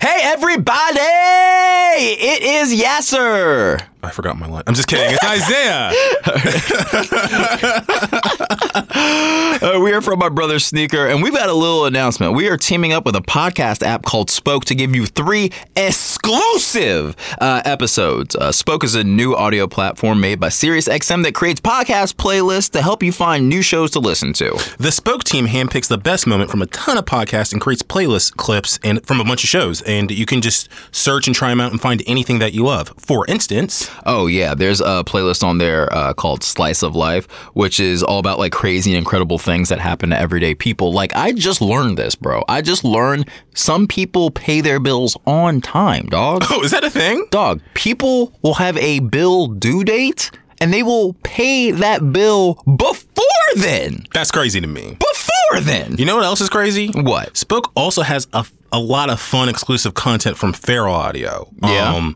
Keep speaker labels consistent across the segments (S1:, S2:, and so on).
S1: Hey, everybody! It is Yasser.
S2: I forgot my line. I'm just kidding. It's Isaiah.
S1: Uh, we are from my brother Sneaker, and we've got a little announcement. We are teaming up with a podcast app called Spoke to give you three exclusive uh, episodes. Uh, Spoke is a new audio platform made by SiriusXM that creates podcast playlists to help you find new shows to listen to.
S2: the Spoke team handpicks the best moment from a ton of podcasts and creates playlist clips and from a bunch of shows. And you can just search and try them out and find anything that you love. For instance,
S1: Oh yeah, there's a playlist on there uh, called "Slice of Life," which is all about like crazy and incredible things that happen to everyday people. Like I just learned this, bro. I just learned some people pay their bills on time, dog.
S2: oh, is that a thing?
S1: dog, people will have a bill due date and they will pay that bill before then.
S2: That's crazy to me.
S1: Before then.
S2: You know what else is crazy?
S1: What?
S2: Spoke also has a, a lot of fun exclusive content from Feral Audio.
S1: Yeah.
S2: Um,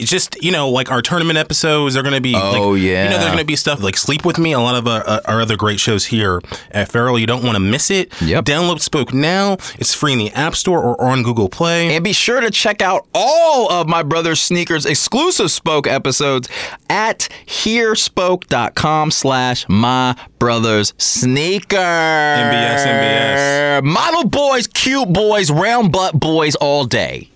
S2: it's just you know, like our tournament episodes are going to be.
S1: Oh,
S2: like,
S1: yeah.
S2: You know, they're going to be stuff like Sleep with Me. A lot of our, uh, our other great shows here at Feral. You don't want to miss it.
S1: Yep.
S2: Download Spoke now. It's free in the App Store or on Google Play.
S1: And be sure to check out all of my brother Sneakers exclusive Spoke episodes at hearspoke.com slash my brothers sneaker. MBS,
S2: NBS.
S1: Model boys, cute boys, round butt boys all day.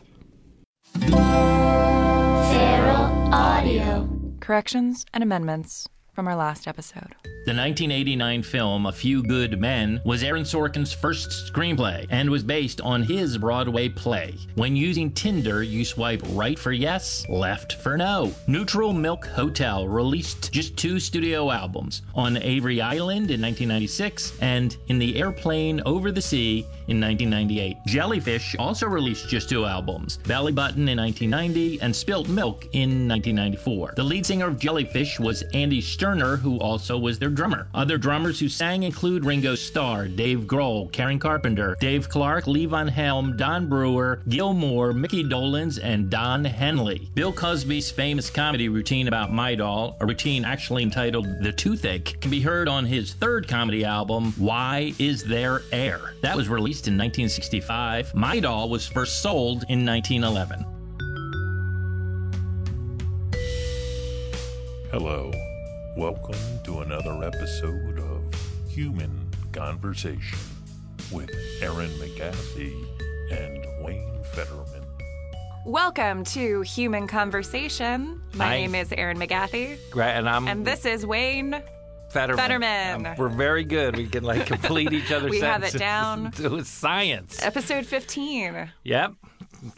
S3: Feral Audio.
S4: Corrections and amendments from our last episode.
S5: The 1989 film A Few Good Men was Aaron Sorkin's first screenplay and was based on his Broadway play. When using Tinder, you swipe right for yes, left for no. Neutral Milk Hotel released just two studio albums on Avery Island in 1996 and in the airplane over the sea in 1998. Jellyfish also released just two albums, Valley Button in 1990 and Spilt Milk in 1994. The lead singer of Jellyfish was Andy Sterner, who also was their drummer. Other drummers who sang include Ringo Starr, Dave Grohl, Karen Carpenter, Dave Clark, Lee Von Helm, Don Brewer, Gil Moore, Mickey Dolans, and Don Henley. Bill Cosby's famous comedy routine about My Doll, a routine actually entitled The Toothache, can be heard on his third comedy album, Why Is There Air? That was released in 1965. My Doll was first sold in 1911.
S6: Hello. Welcome to another episode of Human Conversation with Aaron McGathy and Wayne Fetterman.
S4: Welcome to Human Conversation. My
S7: Hi.
S4: name is Erin McGathy,
S7: Right, and I'm
S4: and this is Wayne.
S7: Fetterman.
S4: Fetterman.
S7: Um, we're very good. We can like complete each other's
S4: We have it
S7: sentences.
S4: down.
S7: It was science.
S4: Episode 15.
S7: Yep.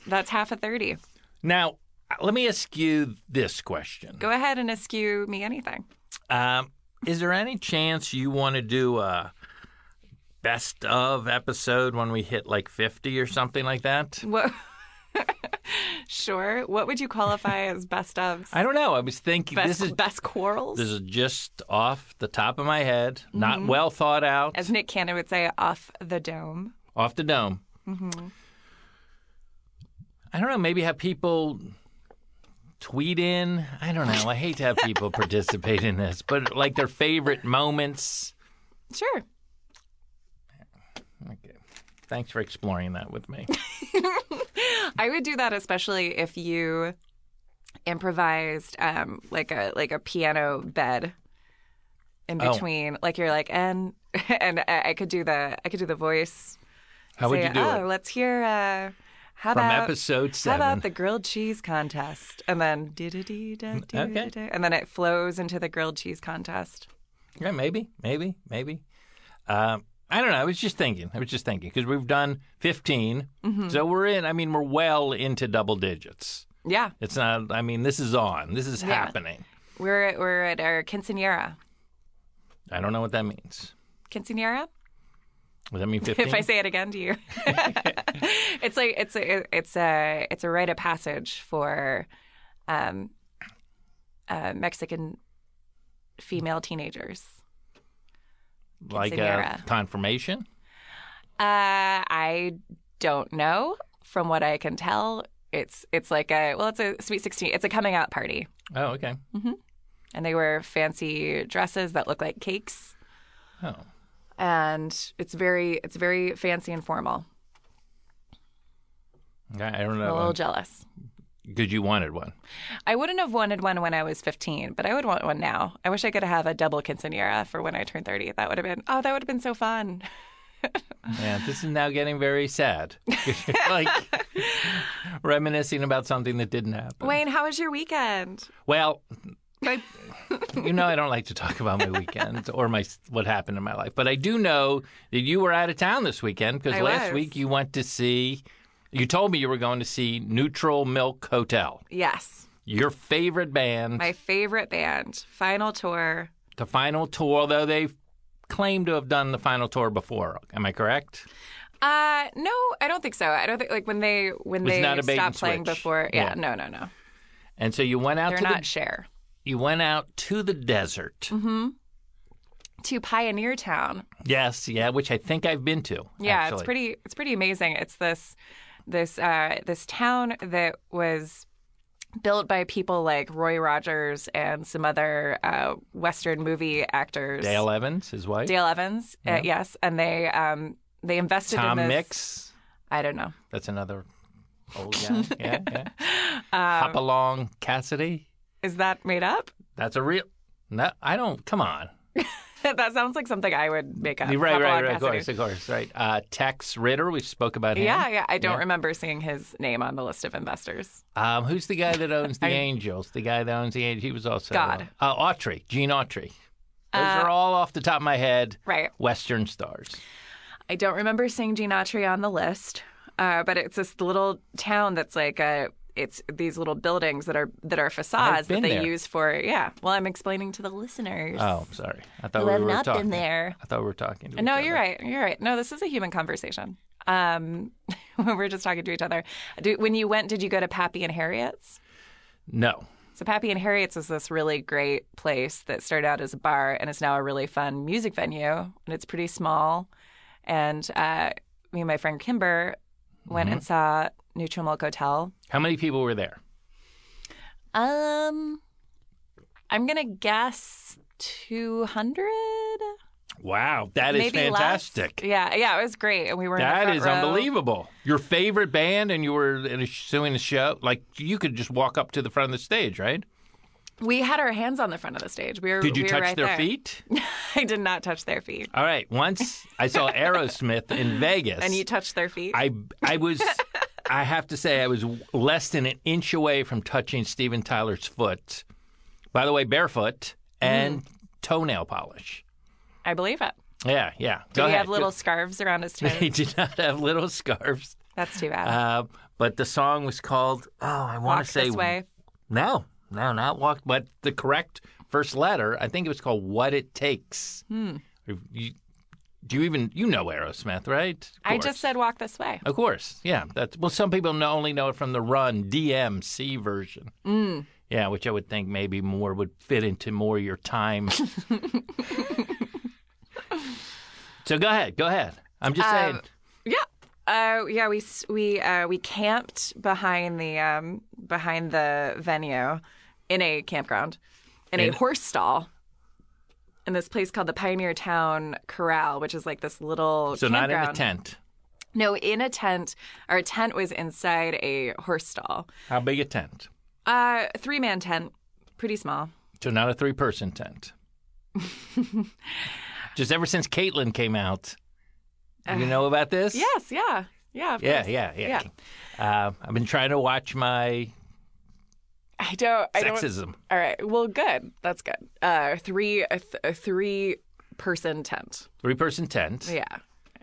S4: That's half a 30.
S7: Now, let me ask you this question:
S4: Go ahead and eschew me anything.
S7: um, Is there any chance you want to do a best of episode when we hit like 50 or something like that?
S4: What? sure. What would you qualify as best of?
S7: I don't know. I was thinking
S4: Best,
S7: this is
S4: best quarrels?
S7: this is just off the top of my head,
S4: Mm-hmm.
S7: not well thought out,
S4: as Nick Cannon would say, off the dome.
S7: off the dome.
S4: Mm-hmm.
S7: I don't know. Maybe have people tweet in. I don't know. I hate to have people participate in this, but like their favorite moments.
S4: Sure.
S7: Okay. Thanks for exploring that with me.
S4: I would do that especially if you improvised um, like a like a piano bed in
S7: Oh.
S4: between. Like you're like and and I I could do the I could do the voice.
S7: How would
S4: Say,
S7: you do
S4: oh,
S7: it?
S4: let's hear. Uh, how
S7: From
S4: about
S7: episode seven.
S4: How about the grilled cheese contest? And then da-da-dee-da,
S7: Mm,
S4: da-da-dee-da, and then it flows into the grilled cheese contest.
S7: Yeah, maybe, maybe, maybe. Um, I don't know. I was just thinking. I was just thinking because we've done 15,
S4: Mm-hmm.
S7: so we're in. I mean, we're well into double digits.
S4: Yeah,
S7: It's not. I mean, this is on. This is
S4: Yeah.
S7: happening.
S4: we're at, we're at our quinceanera.
S7: I don't know what that means.
S4: Quinceanera.
S7: Does that mean 15?
S4: if I say it again to you. it's like it's a it's a it's a rite of passage for um, uh, Mexican female teenagers.
S7: like uh,
S4: quinceanera.
S7: confirmation.
S4: Uh, I don't know. From what I can tell, it's it's like a well, it's a sweet sixteen. It's a coming out party,
S7: Oh, okay.
S4: and they wear fancy dresses that look like cakes,
S7: Oh,
S4: and it's very it's very fancy and formal.
S7: I I
S4: I'm
S7: don't
S4: a
S7: know.
S4: little
S7: um,
S4: jealous.
S7: Because you wanted one.
S4: I wouldn't have wanted one when I was 15, but I would want one now. I wish I could have a double quinceanera for when I turned 30. That would have been, oh, that would have been so fun.
S7: Yeah, this is now getting very sad. like reminiscing about something that didn't happen.
S4: Wayne, how was your weekend?
S7: Well, I, you know, I don't like to talk about my weekends or my what happened in my life, but I do know that you were out of town this weekend because
S4: I
S7: last
S4: was.
S7: week you went to see. You told me you were going to see Neutral Milk Hotel,
S4: Yes,
S7: your favorite band,
S4: my favorite band, final tour.
S7: the final tour, although they claim to have done the final tour before. Am I correct?
S4: Uh, no, I don't think so. I don't think like when they when
S7: Was
S4: they
S7: not a bait and
S4: stopped playing
S7: switch.
S4: before. Yeah,
S7: Yeah.
S4: no, no, no.
S7: And so you went out
S4: They're
S7: to
S4: not Mm-hmm.
S7: the
S4: share
S7: you went out to the desert.
S4: to Pioneer Town.
S7: Yes, yeah, which I think I've been to.
S4: Yeah, it's
S7: actually.
S4: pretty. It's pretty amazing. It's this, this, uh, this town that was built by people like Roy Rogers and some other uh, Western movie actors.
S7: Dale Evans, his wife,
S4: Dale Evans. Uh, yes, and they um, they invested
S7: Tom
S4: in this.
S7: Mix.
S4: I don't know.
S7: That's another old guy. yeah, yeah.
S4: Um,
S7: Hop along Cassidy.
S4: Is that made up?
S7: That's a real. No, I don't. Come on.
S4: that sounds like something I would make up.
S7: You're right,
S4: Hop
S7: right,
S4: along,
S7: right. Of
S4: Cassidy.
S7: course, of course, right. Uh, Tex Ritter. We spoke about him.
S4: Yeah, yeah. I don't
S7: Yeah.
S4: remember seeing his name on the list of investors.
S7: Um, who's the guy that owns the Angels? The guy that owns the Angels. He was also
S4: God.
S7: Uh, Autry, Gene Autry. Those
S4: Uh,
S7: are all off the top of my head.
S4: Right.
S7: Western stars.
S4: I don't remember seeing Gene Autry on the list, uh, but it's this little town that's like a. It's these little buildings that are that are facades that
S7: been
S4: they
S7: there.
S4: use for yeah. Well, I'm explaining to the listeners.
S7: Oh, sorry. I thought
S4: Who
S7: we
S4: have
S7: were
S4: not been
S7: talking.
S4: there.
S7: I thought we were talking. To
S4: no,
S7: each
S4: you're
S7: other.
S4: right. You're right. No, this is a human conversation. Um, we're just talking to each other. Do, when you went, did you go to Pappy and Harriet's?
S7: No.
S4: So Pappy and Harriet's is this really great place that started out as a bar and is now a really fun music venue, and it's pretty small. And uh, me and my friend Kimber went
S7: Mm-hmm.
S4: and saw Neutral Milk Hotel.
S7: How many people were there?
S4: Um, I'm gonna guess 200.
S7: Wow, that is
S4: maybe less.
S7: fantastic.
S4: Yeah, yeah, it was great, and we were in the
S7: That
S4: front
S7: is
S4: row.
S7: unbelievable. Your favorite band, and you were in a, doing a show. Like you could just walk up to the front of the stage, right?
S4: We had our hands on the front of the stage. We were.
S7: Did you
S4: we were
S7: touch
S4: right
S7: their
S4: there.
S7: feet?
S4: I did not touch their feet.
S7: All right. Once I saw Aerosmith in Vegas,
S4: And you touched their feet.
S7: I I was I have to say I was less than an inch away from touching Steven Tyler's foot. By the way, barefoot
S4: Mm.
S7: and toenail polish.
S4: I believe it.
S7: Yeah, yeah.
S4: Did
S7: Go
S4: he
S7: ahead.
S4: have little scarves around his toes?
S7: He did not have little scarves.
S4: That's too bad.
S7: Uh, but the song was called Oh, I want
S4: Walk
S7: to say
S4: this way.
S7: no, no, not walk, but the correct first letter. I think it was called "What It Takes."
S4: Hmm.
S7: If You, do you even you know Aerosmith, right? Of
S4: I
S7: course.
S4: just said walk this way.
S7: of course, yeah. That's well, some people know, only know it from the Run DMC version.
S4: Mm.
S7: Yeah, which I would think maybe more would fit into more your time. so go ahead, go ahead. I'm just saying.
S4: Yeah. Uh, yeah, we s- we uh, we camped behind the um, behind the venue in a campground in a
S7: And-
S4: horse stall in this place called the Pioneer Town Corral, which is like this little
S7: So not
S4: campground.
S7: in a tent.
S4: No, in a tent. Our tent was inside a horse stall,
S7: How big a tent?
S4: uh, three man tent, pretty small.
S7: So not a three person tent. Just ever since Caitlyn came out. You know about this?
S4: Yes, Uh, yeah, yeah, of
S7: Yeah,
S4: course.
S7: yeah, yeah. Uh, I've been trying to watch my
S4: I don't, I don't.
S7: sexism.
S4: All right. Well, good. That's good. Uh, three a, th- a three person tent.
S7: Three person tent.
S4: Yeah.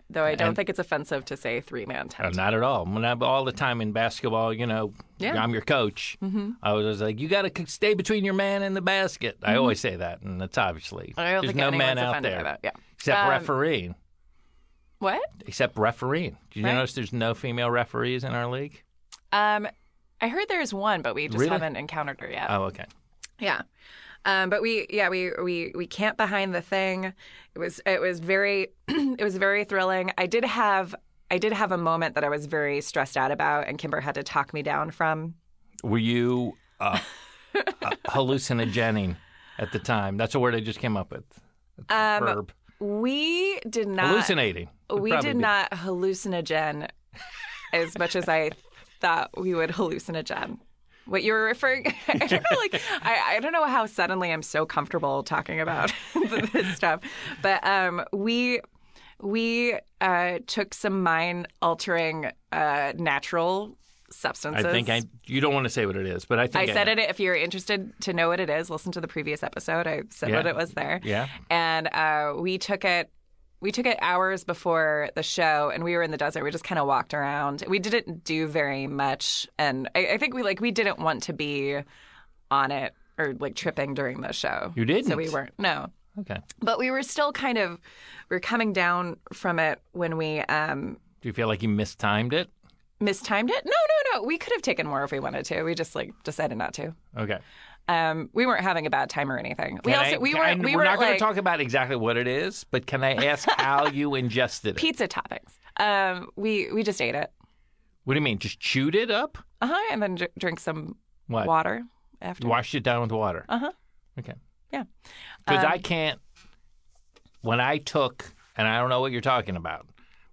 S4: Though I don't
S7: And-
S4: think it's offensive to say three man
S7: Uh,
S4: tent.
S7: not at all. When I'm all the time in basketball, you know,
S4: Yeah. Mm-hmm.
S7: I'm your coach. I was always like, you got to stay between your man and the basket. I always say that, and that's obviously
S4: Mm-hmm. I don't
S7: there's
S4: think
S7: no
S4: anyone's
S7: man out
S4: offended
S7: there
S4: by that. Yeah.
S7: except
S4: Um,
S7: refereeing.
S4: What?
S7: Except refereeing. Did you
S4: Right.
S7: notice there's no female referees in our league?
S4: Um, I heard there's one, but we just
S7: Really?
S4: haven't encountered her yet.
S7: Oh, okay.
S4: Yeah. Um, but we, yeah, we, we, we camped behind the thing. It was, it was very, it was very thrilling. I did have, I did have a moment that I was very stressed out about, and Kimber had to talk me down from.
S7: Were you uh, uh, hallucinogenic at the time? That's a word I just came up with. It's a
S4: Um,
S7: verb.
S4: We did not
S7: Hallucinating. would
S4: we
S7: probably
S4: did
S7: be-
S4: not hallucinogen as much as I that we would hallucinogen. What you were referring, I remember, like I, I don't know how suddenly I'm so comfortable talking about this stuff, but um, we we uh, took some mind altering uh, natural
S7: I
S4: substances.
S7: think I. You don't want to say what it is, but I
S4: I
S7: think
S4: said it. If you're interested to know what it is, listen to the previous episode. I said
S7: Yeah.
S4: what it was there.
S7: Yeah.
S4: And uh, we took it. We took it hours before the show, and we were in the desert. We just kind of walked around. We didn't do very much, and I, I think we like we didn't want to be on it or like tripping during the show.
S7: You didn't?
S4: So we weren't. No
S7: Okay.
S4: but we were still kind of we were coming down from it when we um
S7: Do you feel like you mistimed it?
S4: mistimed it no no no we could have taken more if we wanted to we just like decided not to
S7: Okay.
S4: um we weren't having a bad time or anything we
S7: Can
S4: also
S7: I-
S4: we
S7: can
S4: were
S7: I-
S4: we
S7: we're
S4: were
S7: not going
S4: like
S7: to talk about exactly what it is, but can I ask how you ingested it?
S4: pizza toppings um we we just ate it
S7: What do you mean? Just chewed it up?
S4: uh-huh and then dr- drink some
S7: What?
S4: water after
S7: Washed it down with water.
S4: Uh-huh.
S7: Okay.
S4: Yeah.
S7: Because
S4: Um,
S7: I can't. When I took, and I don't know what you're talking about,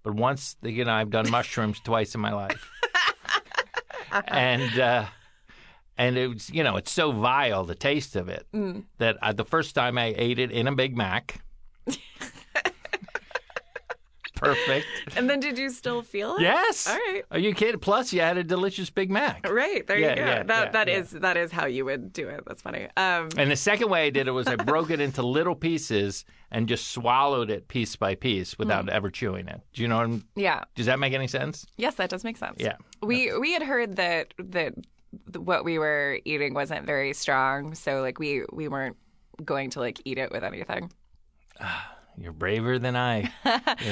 S7: but once you know, I've done mushrooms twice in my life, and uh, and it was you know it's so vile the taste of it
S4: Mm.
S7: that I, the first time I ate it in a Big Mac. Perfect.
S4: and then did you still feel it
S7: Yes.
S4: all right
S7: Are you kidding? Plus, you had a delicious Big Mac.
S4: right there
S7: Yeah,
S4: you go
S7: yeah,
S4: that
S7: yeah,
S4: that
S7: yeah.
S4: is- that is how you would do it that's funny um
S7: And the second way I did it was I broke it into little pieces and just swallowed it piece by piece
S4: Hmm.
S7: without ever chewing it. Do you know? What I'm,
S4: yeah
S7: does that make any sense?
S4: Yes, that does make sense.
S7: Yeah,
S4: we we had heard that that th- what we were eating wasn't very strong, so like we we weren't going to like eat it with anything.
S7: You're braver than I.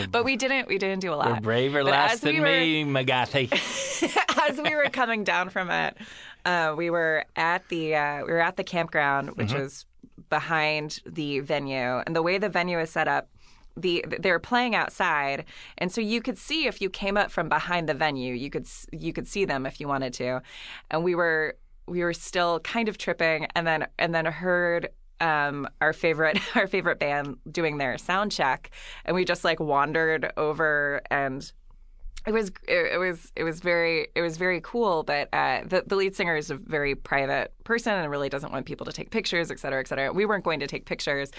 S4: But we didn't we didn't do a lot.
S7: You're Mm. braver
S4: But
S7: less
S4: as we
S7: than
S4: were-
S7: me, McGathy.
S4: as we were coming down from it, uh, we were at the uh, we were at the campground, which is behind the venue, and the way the venue is set up. The, they were playing outside, and so you could see if you came up from behind the venue, you could s- you could see them if you wanted to, and we were we were still kind of tripping, and then and then heard um, our favorite our favorite band doing their sound check, and we just like wandered over and it was it, it was it was very it was very cool but uh, the, the lead singer is a very private person and really doesn't want people to take pictures et cetera et cetera we weren't going to take pictures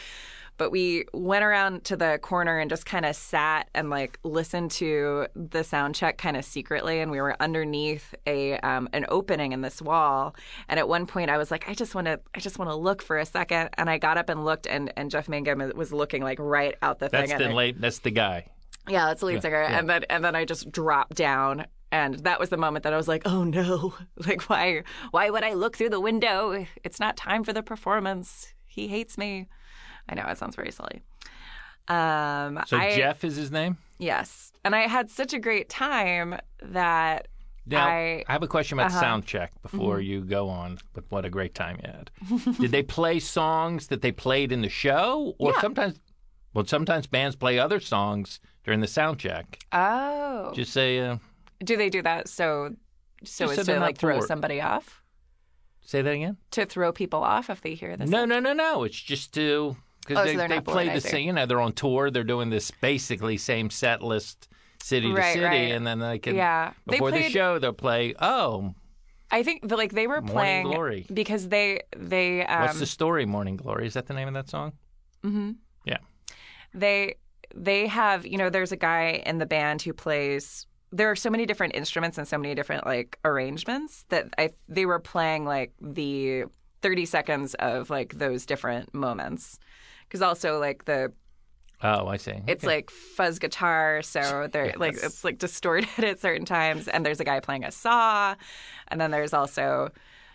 S4: but we went around to the corner and just kind of sat and like listened to the sound check kind of secretly and we were underneath a um, an opening in this wall and at one point i was like i just want to i just want to look for a second and i got up and looked and and jeff mangum was looking like right out the
S7: That's
S4: thing
S7: the
S4: and I-
S7: late. That's the guy.
S4: yeah, that's the lead singer. And then and then I just dropped down and that was the moment that I was like, "Oh no. Like why why would I look through the window? It's not time for the performance. He hates me." I know it sounds very silly. Um
S7: So
S4: I-
S7: Jeff is his name.
S4: Yes. And I had such a great time that I-
S7: Now,
S4: Uh-huh. Mm-hmm.
S7: have a question about sound check before you go on. But what a great time you had! Did they play songs that they played in the show, or
S4: Yeah.
S7: sometimes? Well, sometimes bands play other songs during the sound check.
S4: Oh.
S7: Just say, uh,
S4: do they do that so so
S7: Just so
S4: as
S7: they're
S4: to
S7: not
S4: like throw
S7: bored.
S4: somebody off?
S7: say that again.
S4: To throw people off if they hear this?
S7: No, no, no, no. It's just to because
S4: Oh, so
S7: they,
S4: they're
S7: they
S4: not bored,
S7: play
S4: I
S7: the
S4: see.
S7: same. You know, they're on tour. They're doing this basically same set list, city to
S4: Right,
S7: city,
S4: right.
S7: and then they can
S4: Yeah. They
S7: before the
S4: played-
S7: show they'll play. Oh,
S4: I think the, like they were
S7: Morning
S4: playing
S7: Glory.
S4: because they they um,
S7: what's the story? Morning Glory is that the name of that song?
S4: Mm-hmm. they they have you know there's a guy in the band who plays there are so many different instruments and so many different like arrangements that I they were playing like the 30 seconds of like those different moments because also like the
S7: Oh, I see.
S4: it's like fuzz guitar so they're like it's like distorted at certain times and there's a guy playing a saw and then there's also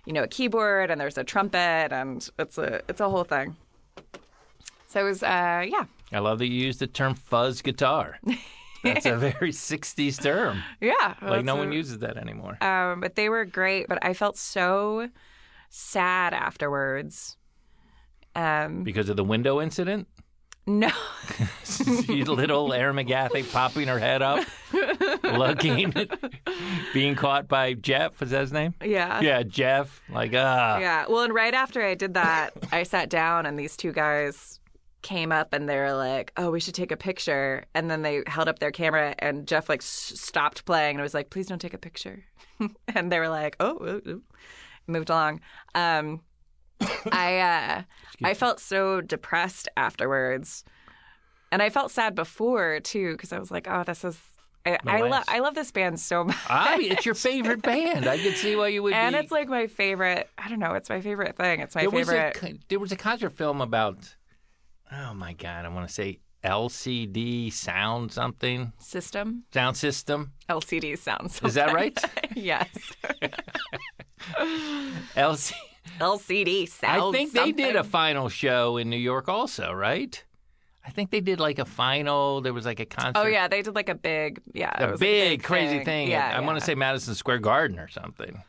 S4: you know a keyboard and there's a trumpet and it's a it's a whole thing so it was uh yeah
S7: I love that you use the term fuzz guitar. That's a very '60s term.
S4: yeah
S7: Like no
S4: that's
S7: one
S4: a-
S7: uses that anymore.
S4: um, but they were great. But I felt so sad afterwards. Um,
S7: because of the window incident,
S4: no,
S7: You little Aaron McGathy popping her head up, looking, being caught by Jeff. Was that his name?
S4: yeah,
S7: Yeah, Jeff. Like, ah.
S4: Yeah. Well, and right after I did that, I sat down, and these two guys came up and they were like, "Oh, we should take a picture." And then they held up their camera, and Jeff like s- stopped playing and was like, "Please don't take a picture." and they were like, "Oh," oh, oh," moved along. Um, I uh, I felt so depressed afterwards, and I felt sad before too because I was like, "Oh, this is." I, I love
S7: life's-
S4: I love this band so much.
S7: I, it's your favorite band. I could see why you would.
S4: and
S7: be...
S4: it's like my favorite. I don't know. It's my favorite thing. It's my
S7: there
S4: favorite.
S7: Was a, con- there was a concert film about, oh my God, I want to say LCD sound something,
S4: system.
S7: sound system.
S4: LCD sounds.
S7: Is that right?
S4: yes.
S7: LC.
S4: LCD sounds.
S7: I think they did a final show in New York also, right? I think they did like a final. There was like a concert.
S4: Oh yeah, they did like a big yeah, it
S7: A big,
S4: was a
S7: crazy thing.
S4: Yeah,
S7: I want
S4: yeah.
S7: to say Madison Square Garden or something.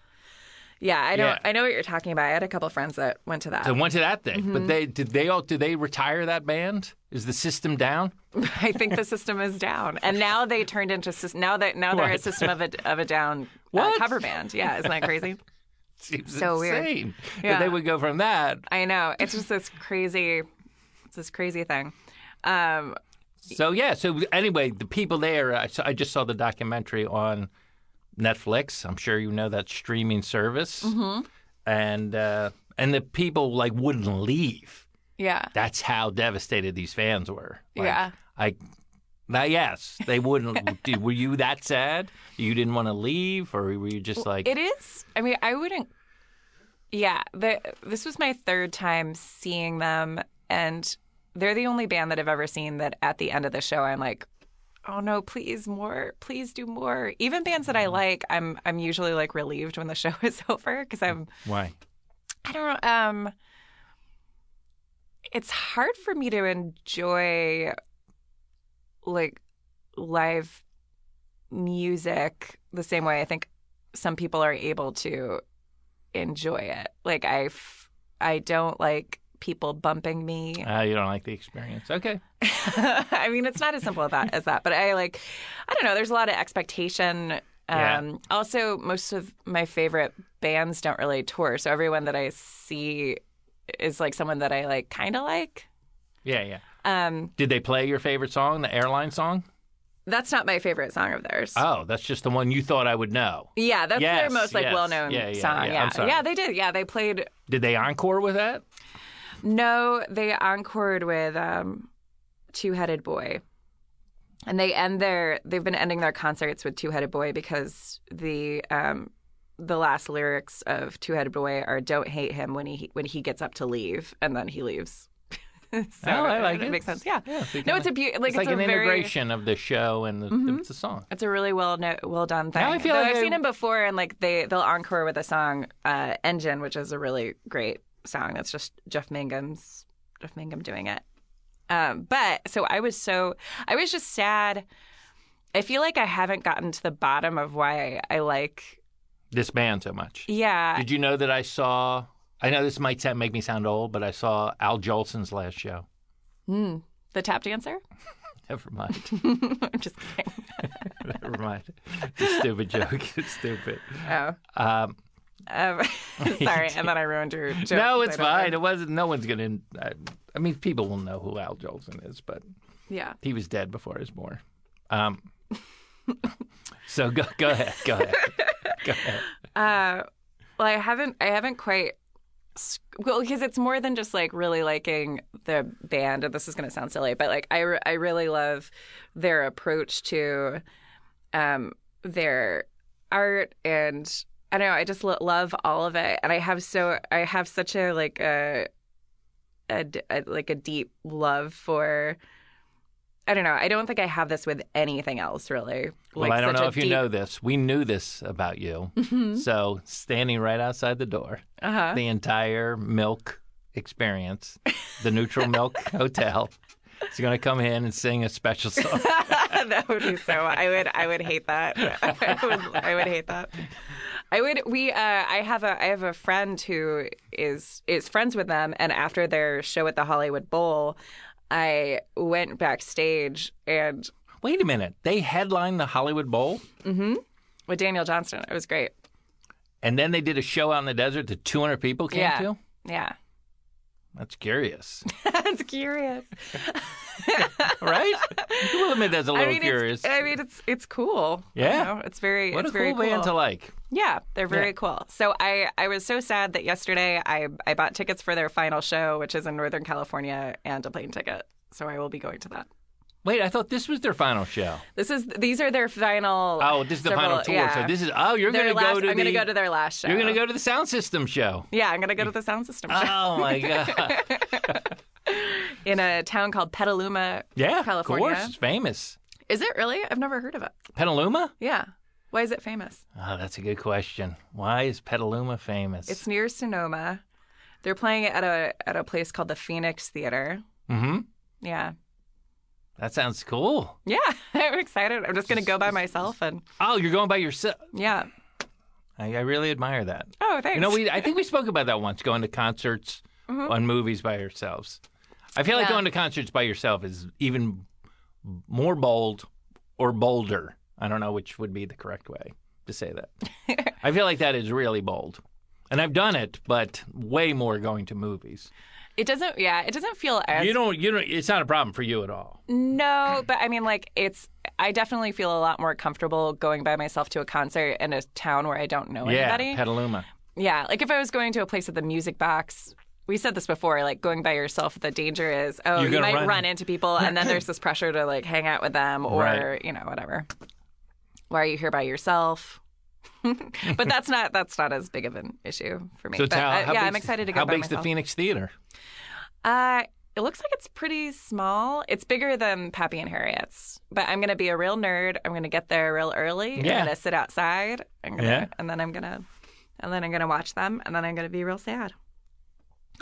S4: Yeah, I know.
S7: yeah.
S4: I know what you're talking about. I had a couple friends that went to that.
S7: So went to that thing,
S4: Mm-hmm.
S7: but they did they all did they retire that band? Is the system down?
S4: I think the system is down, and now they turned into sys- now that now they're a
S7: Right.
S4: system of a of a down uh,
S7: What?
S4: cover band. Yeah, isn't that crazy?
S7: Seems
S4: So weird.
S7: insane that
S4: Yeah.
S7: they would go from that.
S4: I know. It's just this crazy, it's this crazy thing. Um,
S7: So yeah. So anyway, the people there. I, saw, I just saw the documentary on Netflix. I'm sure you know that streaming service. Mm-hmm. And uh, and the people like wouldn't leave.
S4: yeah,
S7: That's how devastated these fans were. Like,
S4: Yeah.
S7: I. Now, yes, they wouldn't. did, were you that sad? You didn't want to leave, or were you just like
S4: it is. I mean, I wouldn't. Yeah, the, this was my third time seeing them, and they're the only band that I've ever seen that at the end of the show I'm like, oh no, please more, please do more. Even bands that I like, I'm I'm usually like relieved when the show is over because I'm
S7: why?
S4: I don't know. Um, it's hard for me to enjoy like live music the same way I think some people are able to enjoy it. Like I, f- I don't like people bumping me.
S7: Ah, you don't like the experience. Okay.
S4: I mean, it's not as simple as that, as that, but I like, I don't know, there's a lot of expectation. Um,
S7: Yeah.
S4: Also, most of my favorite bands don't really tour. So everyone that I see is like someone that I like kind of like.
S7: Yeah, yeah.
S4: Um,
S7: Did they play your favorite song, the airline song?
S4: that's not my favorite song of theirs.
S7: Oh, that's just the one you thought I would know.
S4: yeah, that's their
S7: yes,
S4: most like
S7: yes.
S4: well-known
S7: Yeah, yeah,
S4: song.
S7: yeah, I'm
S4: Yeah,
S7: sorry.
S4: they did. Yeah, they played.
S7: Did they encore with that?
S4: No, they encored with um, Two Headed Boy. And they end their they've been ending their concerts with Two Headed Boy because the um, the last lyrics of Two Headed Boy are "Don't hate him when he when he gets up to leave and then he leaves." so
S7: Oh, I like
S4: that
S7: it.
S4: makes sense. Yeah,
S7: Yeah, so you
S4: no,
S7: kinda-
S4: it's a beautiful like
S7: it's,
S4: it's,
S7: like
S4: a
S7: an
S4: very, Mm-hmm.
S7: integration of the show and the, it's a song.
S4: It's a really well no, well done thing.
S7: Now I feel
S4: Though
S7: like
S4: I've
S7: I-
S4: seen him before, and like they they'll encore with a song uh, "Engine," which is a really great song. That's just Jeff Mangum's Jeff Mangum doing it. Um, but so I was so I was just sad. I feel like I haven't gotten to the bottom of why I like.
S7: This band so much.
S4: Yeah,
S7: Did you know that I saw? I know this might sound, make me sound old, but I saw Al Jolson's last show.
S4: Hmm. the tap dancer.
S7: Never mind.
S4: I'm just kidding.
S7: Never mind. It's a stupid joke. It's stupid.
S4: Oh,
S7: Um,
S4: um, sorry. And then I ruined your joke.
S7: no,
S4: 'cause
S7: it's
S4: I don't
S7: fine.
S4: know.
S7: It wasn't. No one's gonna. I, I mean, people will know who Al Jolson is, but
S4: Yeah.
S7: he was dead before I was born. Um, so go go ahead. Go ahead.
S4: Uh, well, I haven't. I haven't quite. s- Well, because it's more than just like really liking the band. And this is going to sound silly, but like I, re- I really love their approach to um, their art and I don't know. I just lo- love all of it, and I have so I have such a like a, a d- a- like a deep love for. I don't know. I don't think I have this with anything else, really.
S7: Well,
S4: Like,
S7: I don't
S4: such
S7: know
S4: a
S7: if you
S4: deep- Mm-hmm.
S7: know this. We knew this about you. So standing right outside the door,
S4: Uh-huh.
S7: the entire milk experience, the Neutral Milk Hotel, is going to come in and sing a special song.
S4: that would be so. I would. I would hate that. I would. I would hate that. I would. We. Uh, I have a. I have a friend who is is friends with them, and after their show at the Hollywood Bowl, I went backstage and
S7: Wait a minute. They headlined the Hollywood Bowl,
S4: mm-hmm, with Daniel Johnston. It was great.
S7: and then they did a show out in the desert that 200 people came
S4: yeah.
S7: to?
S4: Yeah.
S7: That's curious,
S4: That's curious.
S7: right? you will admit that's a little
S4: I mean,
S7: curious.
S4: It's, I mean, it's it's cool. you
S7: Yeah.
S4: know? it's very
S7: what
S4: it's
S7: a
S4: very
S7: cool band to like.
S4: Yeah, they're very cool. So I, I was so sad that yesterday I, I bought tickets for their final show, which is in Northern California, and a plane ticket. So I will be going to that.
S7: Wait, I thought this was their final show.
S4: This is these are their final.
S7: Oh, this is the
S4: several-
S7: final tour.
S4: Yeah.
S7: So this is oh, you're
S4: Their
S7: gonna
S4: last-
S7: go to
S4: I'm
S7: the,
S4: gonna go to their last show.
S7: You're gonna go to the sound system show.
S4: Yeah, I'm gonna go to the sound system show
S7: Oh my god.
S4: in a town called Petaluma,
S7: Yeah,
S4: California.
S7: Of course, it's famous.
S4: Is it really? I've never heard of it.
S7: Petaluma?
S4: Yeah. Why is it famous?
S7: Oh, that's a good question. Why is Petaluma famous?
S4: It's near Sonoma. They're playing it at a at a place called the Phoenix Theater.
S7: hmm
S4: Yeah.
S7: That sounds cool.
S4: Yeah, I'm excited. I'm just going to go by myself and
S7: Oh, you're going by yourself.
S4: yeah.
S7: I, I really admire that.
S4: Oh, thanks.
S7: You know, we I think we spoke about that once, going to concerts on movies by ourselves. I feel like
S4: Mm-hmm. Yeah.
S7: going to concerts by yourself is even more bold or bolder. I don't know which would be the correct way to say that. I feel like that is really bold. And I've done it, but way more going to movies.
S4: it doesn't yeah, it doesn't feel as
S7: You don't you don't it's not a problem for you at all.
S4: No, but I mean like it's I definitely feel a lot more comfortable going by myself to a concert in a town where I don't know
S7: yeah,
S4: anybody.
S7: Petaluma.
S4: Yeah, like if I was going to a place at the music box, we said this before, like going by yourself, the danger is, oh,
S7: You're
S4: you
S7: gonna
S4: might
S7: run-
S4: run. into people, and then there's this pressure to like hang out with them or,
S7: Right.
S4: you know, whatever. Why are you here by yourself? but that's not that's not as big of an issue for me.
S7: So
S4: but,
S7: it's how,
S4: uh,
S7: how
S4: yeah,
S7: big's
S4: I'm
S7: the-
S4: excited to go
S7: How
S4: by
S7: big's the
S4: myself.
S7: Phoenix Theater?
S4: uh, it looks like it's pretty small. It's bigger than Pappy and Harriet's, but I'm gonna be a real nerd. I'm gonna get there real early.
S7: Yeah.
S4: I'm gonna sit outside. I'm gonna,
S7: Yeah.
S4: and then I'm gonna, and then I'm gonna watch them, and then I'm gonna be real sad.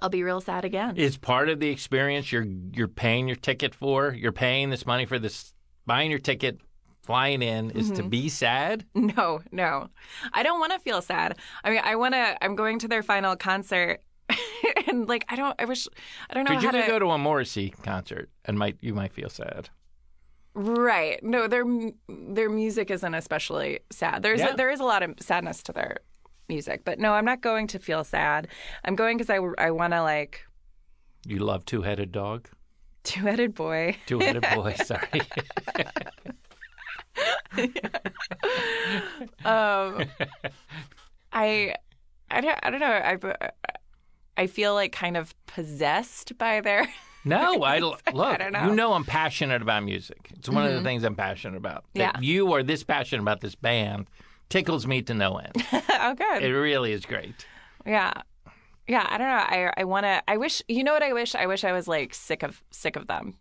S4: I'll be real sad again.
S7: It's part of the experience you're you're paying your ticket for. You're paying this money for this buying your ticket, flying in is
S4: Mm-hmm.
S7: to be sad.
S4: No, no, I don't want to feel sad. I mean, I want to. I'm going to their final concert, and like, I don't. I wish. I don't know
S7: Could
S4: how
S7: you
S4: to.
S7: could go to a Morrissey concert and might you might feel sad.
S4: Right. No, their mu- their music isn't especially sad. There's
S7: Yeah.
S4: a, there is a lot of sadness to their music, but no, I'm not going to feel sad. I'm going because I I want to like
S7: You love two headed dog.
S4: two headed boy.
S7: Two headed boy, sorry.
S4: Um, I I don't I don't know. I I feel like kind of possessed by their
S7: No, I l- look.
S4: don't know. Mm-hmm.
S7: You know, I'm passionate about music. It's one of the things I'm passionate about.
S4: Yeah.
S7: That you are this passionate about this band tickles me to no end.
S4: oh good
S7: it really is great.
S4: yeah. Yeah, I don't know. I I want to. I wish you know what I wish. I wish I was like sick of sick of them.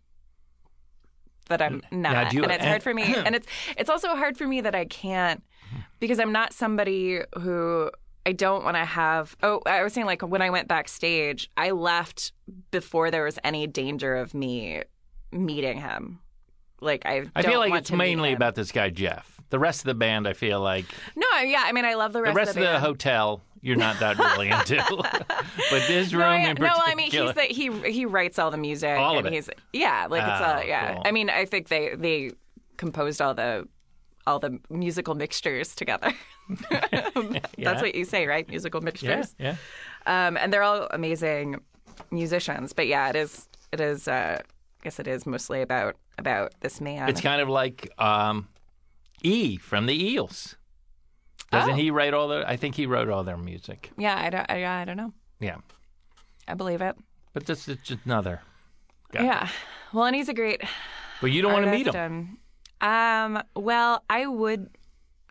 S4: That I'm not,
S7: Mm, do you-
S4: and it's hard for me. and it's it's also hard for me that I can't because I'm not somebody who I don't want to have. Oh, I was saying like when I went backstage, I left before there was any danger of me meeting him. Like I,
S7: I
S4: don't
S7: feel like
S4: want
S7: it's
S4: to meet
S7: mainly
S4: him.
S7: about this guy Jeff. The rest of the band, I feel like
S4: no. Yeah, I mean, I love the
S7: the
S4: rest,
S7: rest of the
S4: band.
S7: hotel, you're not that really into. but this room
S4: No, I,
S7: in
S4: no,
S7: particular.
S4: I mean he's the, he he writes all the music.
S7: All of
S4: and
S7: it.
S4: He's, yeah, like
S7: Ah,
S4: it's a yeah.
S7: cool.
S4: I mean, I think they they composed all the all the musical mixtures together. That's what you say, right? Musical
S7: yeah,
S4: mixtures.
S7: yeah.
S4: Um, and they're all amazing musicians. But yeah, it is it is. Uh, I guess it is mostly about about this man.
S7: It's kind of like um, E from the Eels. Doesn't
S4: Oh.
S7: he write all the? I think he wrote all their music.
S4: yeah, I don't. I, I don't know.
S7: Yeah,
S4: I believe it.
S7: but this is just another. guy.
S4: Yeah. Well, and he's a great
S7: But you don't want to meet
S4: artist,
S7: him.
S4: Um, um, well, I would,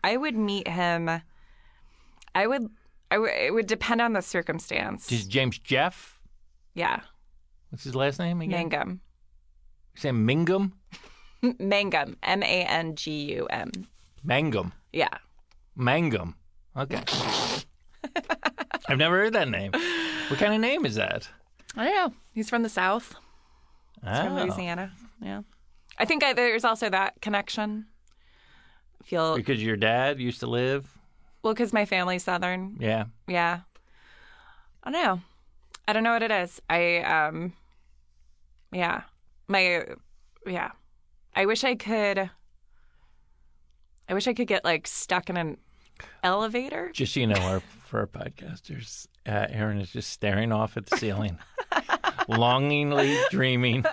S4: I would meet him. I would, I w- it would depend on the circumstance.
S7: Is James Jeff?
S4: yeah,
S7: What's his last name again?
S4: Mangum,
S7: You say Mingum?
S4: M- Mangum, M A N G U M.
S7: Mangum.
S4: Yeah,
S7: Mangum. Okay. I've never heard that name. What kind of name is that?
S4: I don't know. He's from the South, He's from
S7: Oh.
S4: Louisiana. Yeah, I think I, there's also that connection. Feel
S7: Because your dad used to live.
S4: well because my family's Southern.
S7: Yeah.
S4: Yeah. I don't know. I don't know what it is. I um yeah. My yeah. I wish I could I wish I could get like stuck in an elevator.
S7: Just so you know, our, for our podcasters, uh, Aaron is just staring off at the ceiling. longingly dreaming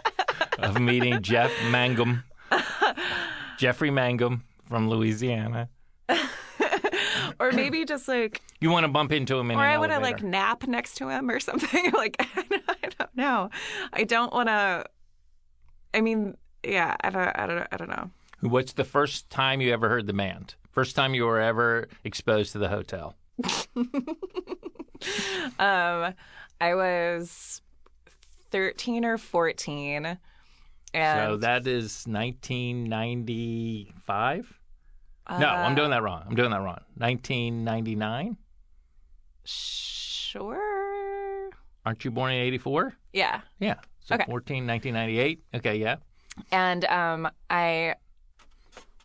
S7: of meeting Jeff Mangum, Jeffrey Mangum from Louisiana.
S4: or maybe just like,
S7: You want to bump into him in
S4: or
S7: an
S4: I want to like
S7: elevator.
S4: nap next to him or something. like, I don't- I don't know. I don't want to. I mean, yeah, I don't, I don't, I don't know.
S7: What's the first time you ever heard the band? First time you were ever exposed to the hotel?
S4: Um, I was 13 or 14. And
S7: so that is 1995. no,
S4: uh,
S7: I'm doing that wrong. I'm doing that wrong. 1999.
S4: Sure.
S7: Aren't you born in 84?
S4: Yeah.
S7: Yeah. So
S4: Okay.
S7: 14, 1998. Okay, yeah.
S4: and um, I,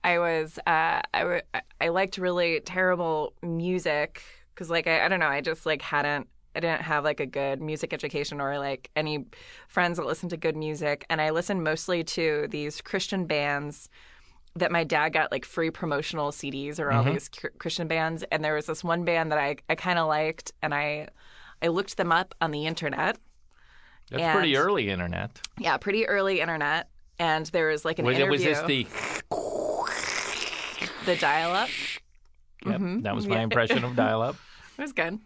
S4: I was, uh, I, w- I liked really terrible music because, like, I, I don't know, I just like hadn't, I didn't have like a good music education or like any friends that listened to good music, and I listened mostly to these Christian bands that my dad got like free promotional CDs or all these cr- Christian bands, and there was this one band that I, I kind of liked, and I, I looked them up on the internet.
S7: That's
S4: And-
S7: pretty early internet.
S4: Yeah, pretty early internet. And there was like an
S7: Was,
S4: interview.
S7: was this the?
S4: the dial up?
S7: Yep,
S4: Mm-hmm.
S7: That was my impression of dial-up.
S4: It was good.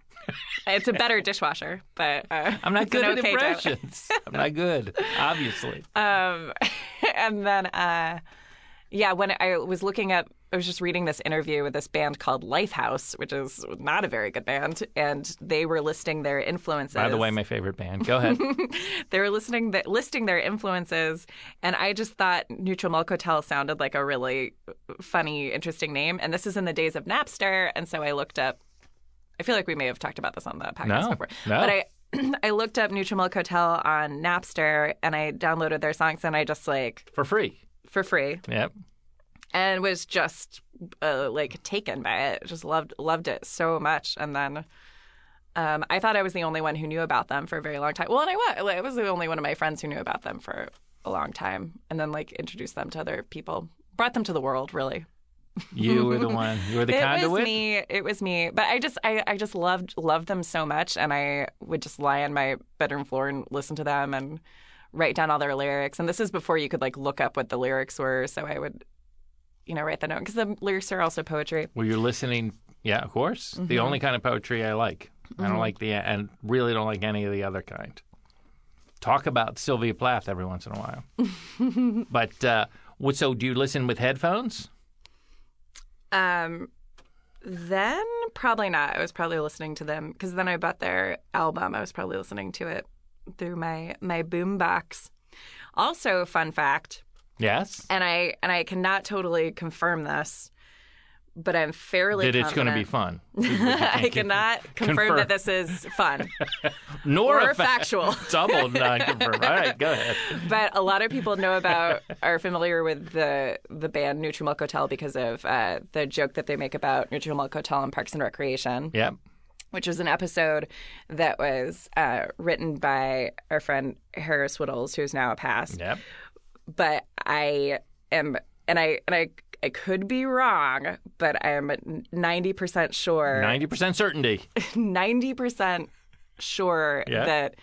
S4: it's a better dishwasher, but uh,
S7: I'm not
S4: it's an
S7: good at
S4: okay dial-up.
S7: impressions. I'm not good, obviously.
S4: um, and then uh, yeah when i was looking up i was just reading this interview with this band called lifehouse which is not a very good band and they were listing their influences
S7: By the way, my favorite band. Go ahead.
S4: they were listening th- listing their influences and i just thought neutral milk hotel sounded like a really funny interesting name and this is in the days of napster and so i looked up i feel like we may have talked about this on the podcast
S7: No,
S4: before
S7: no.
S4: but i I looked up Neutral Milk Hotel on Napster and I downloaded their songs and I just like
S7: For free.
S4: for free
S7: Yep.
S4: and was just uh, like taken by it. Just loved loved it so much. And then um, I thought I was the only one who knew about them for a very long time. Well, and I was. I was the only one of my friends who knew about them for a long time, and then like introduced them to other people, brought them to the world. Really,
S7: You were the one. You were the
S4: it
S7: conduit.
S4: was me. It was me. But I just I, I just loved loved them so much, and I would just lie on my bedroom floor and listen to them and write down all their lyrics. And this is before you could like look up what the lyrics were, so I would. You know, write the note because the lyrics are also poetry.
S7: Well, you're listening. Yeah, of course. The
S4: Mm-hmm.
S7: only kind of poetry I like. I don't like the and really don't like any of the other kind. Talk about Sylvia Plath every once in a while. but uh, what? So do you listen with headphones?
S4: Um, then probably not. I was probably listening to them because then I bought their album. I was probably listening to it through my my boombox. Also, fun fact
S7: Yes.
S4: and I and I cannot totally confirm this, but I'm fairly
S7: that it's going to be fun.
S4: I cannot confirm, that this is fun
S7: Nor
S4: or
S7: a fact.
S4: factual.
S7: Double non-confirmed. All right, go ahead.
S4: but a lot of people know about are familiar with the the band Neutral Milk Hotel because of uh, the joke that they make about Neutral Milk Hotel and Parks and Recreation.
S7: Yeah.
S4: which was an episode that was uh, written by our friend Harris Whittles, who's now a past.
S7: Yep.
S4: But I am, and I and I I could be wrong, but I am ninety percent sure,
S7: Ninety percent certainty.
S4: ninety percent sure
S7: Yeah.
S4: that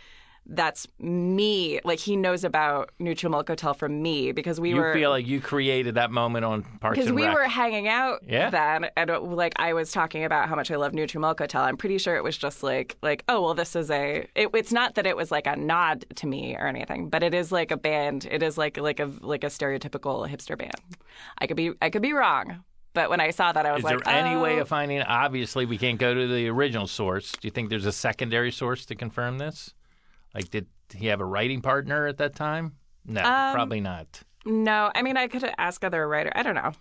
S4: that's me. Like he knows about Neutral Milk Hotel from me because we
S7: you
S4: were
S7: feel like you created that moment on Parks
S4: because
S7: and
S4: we
S7: Rec.
S4: were hanging out
S7: Yeah.
S4: then, and uh, like I was talking about how much I love Nutrimilk Hotel. I'm pretty sure it was just like, like, oh well, this is a. It, it's not that it was like a nod to me or anything, but it is like a band. It is like like a like a stereotypical hipster band. I could be I could be wrong, but when I saw that, I was
S7: Is
S4: like,
S7: there any way
S4: oh.
S7: of finding? Obviously, we can't go to the original source. Do you think there's a secondary source to confirm this? Like, did he have a writing partner at that time? No,
S4: Um,
S7: probably not.
S4: No, I mean I could ask other writer. I don't know.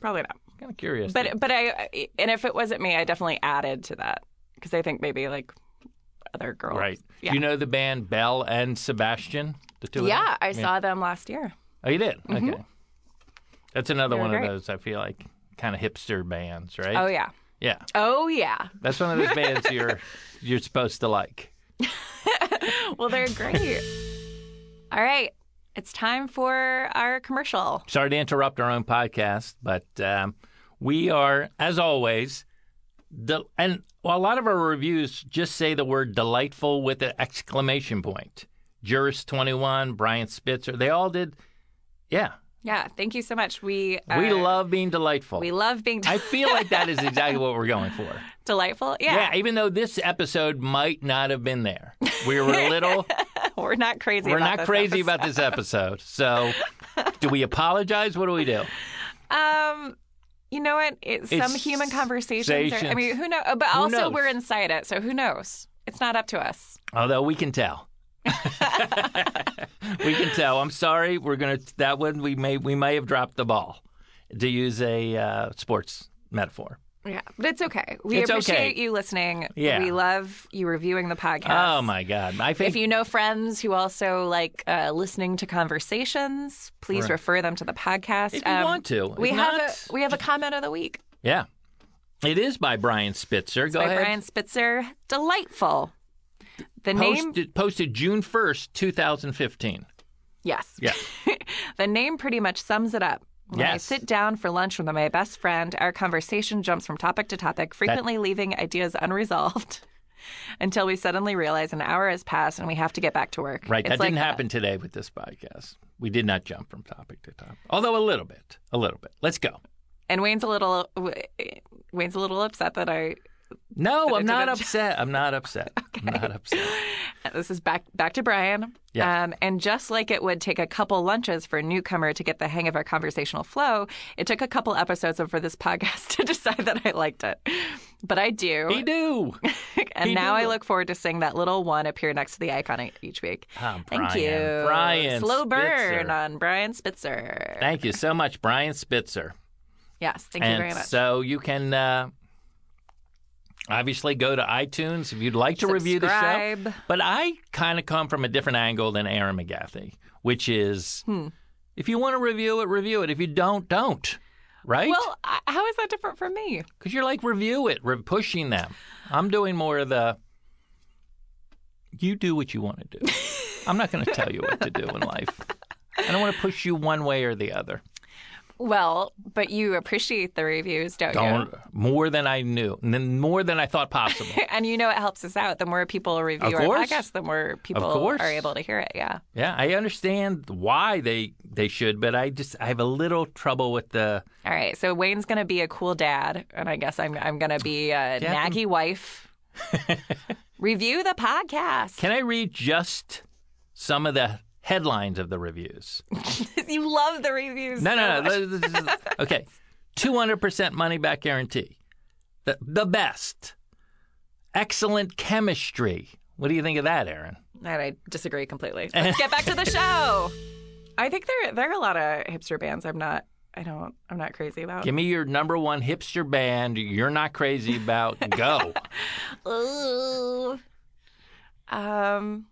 S4: Probably not.
S7: Kind of curious.
S4: But but I and if it wasn't me, I definitely added to that because I think maybe like other girls.
S7: right.
S4: Yeah.
S7: Do you know the band Bell and Sebastian? The two. of
S4: yeah,
S7: them?
S4: I saw them last year.
S7: Oh, you did.
S4: Mm-hmm.
S7: Okay. That's another
S4: They were
S7: one
S4: great.
S7: of those. I feel like kind of hipster bands, right?
S4: Oh yeah.
S7: Yeah.
S4: Oh yeah.
S7: That's one of those bands you're you're supposed to like.
S4: Well, they're great. All right. It's time for our commercial.
S7: sorry to interrupt our own podcast, but um, we are, as always, del- and a lot of our reviews just say the word delightful with an exclamation point. Juris 21, Brian Spitzer. They all did. Yeah.
S4: Yeah. Thank you so much. We
S7: We
S4: uh,
S7: love being delightful.
S4: we love being
S7: I feel like that is exactly what we're going for.
S4: delightful. Yeah.
S7: even though this episode might not have been there. We were a little
S4: We're not crazy.
S7: we're
S4: about
S7: not
S4: this episode.
S7: crazy about this episode. So do we apologize? What do we do?
S4: Um, you know what? It, some human conversations. Are, I
S7: Conversations.
S4: mean, who knows? But also,
S7: knows?
S4: we're inside it, so who knows? It's not up to us.
S7: Although we can tell. we can tell. I'm sorry. We're gonna that one we may we may have dropped the ball, to use a uh, sports metaphor.
S4: Yeah, but it's okay. We
S7: It's okay.
S4: appreciate you listening.
S7: Yeah.
S4: we love you reviewing the podcast.
S7: Oh my God! I think
S4: If you know friends who also like uh, listening to conversations, please refer them to the podcast. Um,
S7: If you want to.
S4: we
S7: If
S4: have
S7: not-
S4: a we have a comment of the week
S7: yeah, it is by Brian Spitzer. Go
S4: by
S7: ahead.
S4: Brian Spitzer. Delightful. The name,
S7: posted, posted June first, two thousand fifteen.
S4: yes,
S7: Yeah.
S4: the name pretty much sums it up. When I
S7: Yes.
S4: sit down for lunch with my best friend, our conversation jumps from topic to topic, frequently leaving ideas unresolved until we suddenly realize an hour has passed and we have to get back to work.
S7: Right.
S4: It's
S7: that
S4: like uh,
S7: didn't happen today with this podcast. We did not jump from topic to topic, although a little bit, a little bit. Let's go.
S4: And Wayne's a little Wayne's a little upset that I
S7: No, I'm
S4: it
S7: not
S4: didn't-
S7: upset. I'm not upset. I'm not upset.
S4: this is back back to Brian.
S7: Yes.
S4: Um, and just like it would take a couple lunches for a newcomer to get the hang of our conversational flow, it took a couple episodes for this podcast to decide that I liked it. But I do.
S7: We do.
S4: and
S7: he
S4: now
S7: did.
S4: I look forward to seeing that little one appear next to the icon e-, each week.
S7: Ah,
S4: Thank
S7: Brian.
S4: you.
S7: Brian
S4: Slow burn
S7: Spitzer.
S4: on Brian Spitzer.
S7: Thank you so much, Brian Spitzer.
S4: yes, thank you
S7: and
S4: very much.
S7: so you can uh, obviously go to iTunes if you'd like to review the show.
S4: Subscribe.
S7: But I kind of come from a different angle than Aaron McGathy, which is
S4: Hmm.
S7: if you want to review it, review it. If you don't, don't. Right?
S4: well, I- how is that different from me?
S7: Because you're like, review it, re- pushing them. I'm doing more of the, you do what you want to do. I'm not going to tell you what to do in life. I don't want to push you one way or the other.
S4: Well, but you appreciate the reviews, don't, you?
S7: Don't more than I knew, and then more than I thought possible.
S4: And you know it helps us out. The more people review
S7: Of
S4: our
S7: course.
S4: podcast, the more people
S7: course.
S4: are able to hear it. Yeah.
S7: yeah, I understand why they they should, but I just I have a little trouble with the
S4: All right. So Wayne's gonna be a cool dad, and I guess I'm I'm gonna be a naggy wife. review the podcast.
S7: Can I read just some of the headlines of the reviews?
S4: you love the reviews.
S7: No,
S4: so
S7: no,
S4: much.
S7: no. this is- okay, two hundred percent money back guarantee. The the best, excellent chemistry. What do you think of that, Aaron?
S4: And I disagree completely. Let's get back to the show. I think there there are a lot of hipster bands. I'm not. I don't. I'm not crazy about.
S7: Give me your number one hipster band you're not crazy about. Go.
S4: Ooh. Um,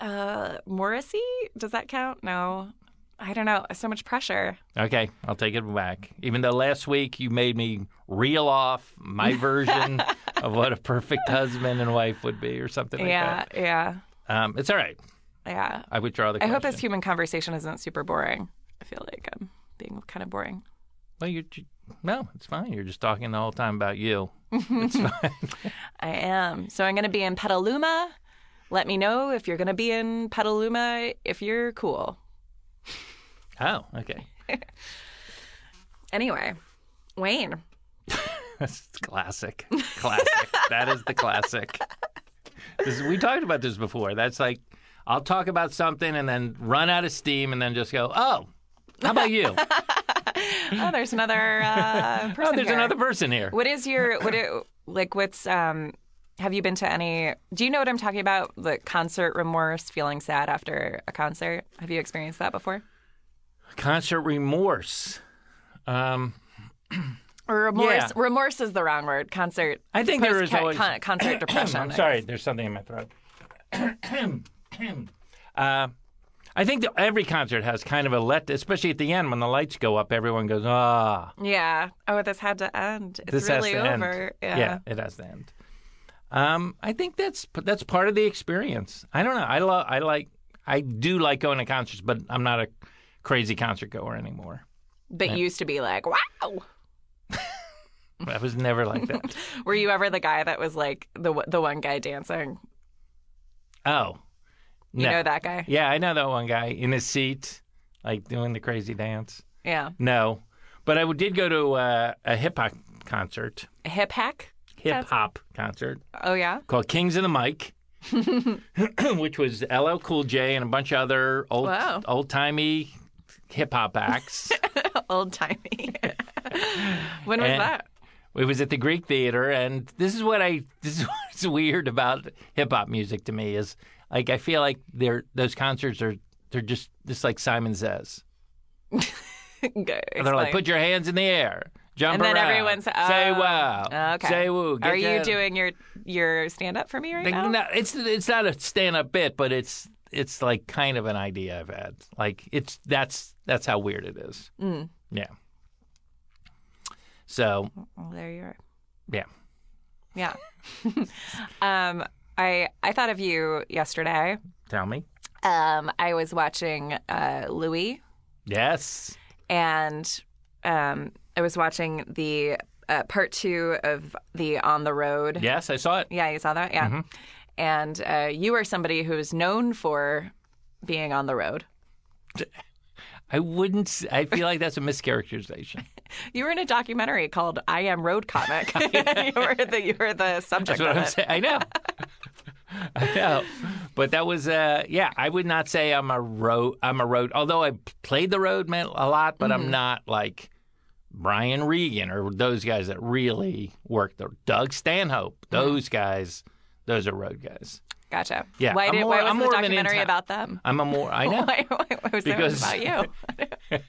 S4: uh, Morrissey? Does that count? No. I don't know. So much pressure.
S7: Okay, I'll take it back. Even though last week you made me reel off my version of what a perfect husband and wife would be, or something like
S4: yeah, yeah,
S7: that. Um, it's all right.
S4: yeah.
S7: I withdraw
S4: I
S7: the. Question.
S4: hope this human conversation isn't super boring. I feel like I'm being kind of boring.
S7: Well, you're ju- no, it's fine. You're just talking the whole time about you. It's fine.
S4: I am. So I'm going to be in Petaluma. Let me know if you're going to be in Petaluma if you're cool.
S7: Oh, okay.
S4: Anyway, Wayne.
S7: That's classic. Classic. that is the classic. This, we talked about this before. That's like, I'll talk about something and then run out of steam and then just go, oh, how about you?
S4: Oh, there's another uh, person.
S7: oh, there's
S4: here.
S7: another person here.
S4: What is your what it, like what's um have you been to any do you know what I'm talking about? The concert remorse, feeling sad after a concert. Have you experienced that before?
S7: Concert remorse. Um,
S4: Or remorse
S7: Yeah.
S4: remorse is the wrong word. Concert
S7: I think there
S4: post-
S7: is
S4: ca-
S7: always.
S4: con- concert depression.
S7: I'm
S4: I
S7: sorry,
S4: guess.
S7: there's something in my throat. uh, I think that every concert has kind of a let, especially at the end when the lights go up, everyone goes, ah,
S4: Yeah. Oh, this had to end. It's
S7: this
S4: really
S7: has to
S4: over.
S7: end.
S4: Yeah.
S7: it has to end. Um, I think that's that's part of the experience. I don't know. I love. I like. I do like going to concerts, but I'm not a crazy concert goer anymore.
S4: But you used to be like, wow.
S7: I was never like that.
S4: Were you ever the guy that was like the the one guy dancing?
S7: Oh,
S4: You
S7: No.
S4: know that guy?
S7: Yeah, I know that one guy in his seat, like doing the crazy dance.
S4: Yeah.
S7: No, but I did go to uh, a hip hop concert,
S4: Hip hack?
S7: hip hop concert
S4: Oh yeah.
S7: called Kings of the Mic, which was LL Cool J and a bunch of other old
S4: Wow.
S7: old timey hip hop acts.
S4: Old timey. when was
S7: And-
S4: that?
S7: It was at the Greek Theater, and this is what I this is what's weird about hip hop music to me is like I feel like they're those concerts are they're just just like Simon says.
S4: Go,
S7: They're like
S4: explain.
S7: put your hands in the air, jump
S4: And then
S7: around,
S4: everyone's-
S7: say
S4: oh,
S7: wow,
S4: Okay.
S7: say woo. get
S4: Are you
S7: your-
S4: doing your your stand up for me right
S7: Like,
S4: now?
S7: no, it's it's not a stand up bit, but it's it's like kind of an idea I've had. Like it's that's that's how weird it is.
S4: Mm.
S7: Yeah. So
S4: Well, there you are.
S7: Yeah.
S4: Yeah. um, I I thought of you yesterday.
S7: tell me.
S4: Um, I was watching uh, Louis,
S7: Yes.
S4: and um, I was watching the uh, part two of the On the Road.
S7: Yes, I saw it.
S4: Yeah, you saw that. Yeah.
S7: Mm-hmm.
S4: And uh, you are somebody who is known for being on the road.
S7: I wouldn't. s- I feel like that's a mischaracterization.
S4: You were in a documentary called "I Am Road Comic." you were the you were the subject
S7: That's what
S4: of
S7: I'm
S4: it.
S7: saying. I know. I know. But that was. Uh, yeah, I would not say I'm a road. I'm a road. Although I played the road man a lot, but I'm not like Brian Regan or those guys that really work. The Doug Stanhope. Those guys. Those are road guys.
S4: Gotcha.
S7: Yeah,
S4: Why
S7: I'm
S4: did
S7: more-
S4: why was
S7: I'm
S4: the
S7: more of an
S4: documentary
S7: inti-
S4: about them?
S7: I'm a more.
S4: Oh
S7: I know.
S4: Why, why was
S7: Because-
S4: it about you?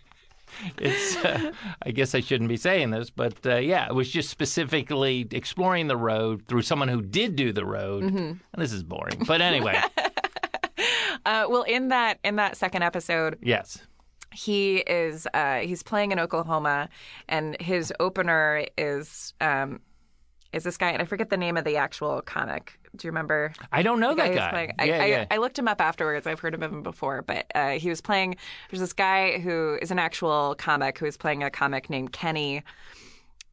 S7: It's. Uh, I guess I shouldn't be saying this, but uh, yeah, it was just specifically exploring the road through someone who did do the road. And this is boring, but anyway.
S4: Uh, well, in that in that second episode,
S7: yes.
S4: he is uh, he's playing in Oklahoma, and his opener is um, is this guy, and I forget the name of the actual comic. Do you remember?
S7: I don't know
S4: guy
S7: that
S4: who's
S7: guy.
S4: playing-
S7: yeah,
S4: I,
S7: yeah.
S4: I, I looked him up afterwards. I've heard of him before, but uh, he was playing. There's this guy who is an actual comic who is playing a comic named Kenny,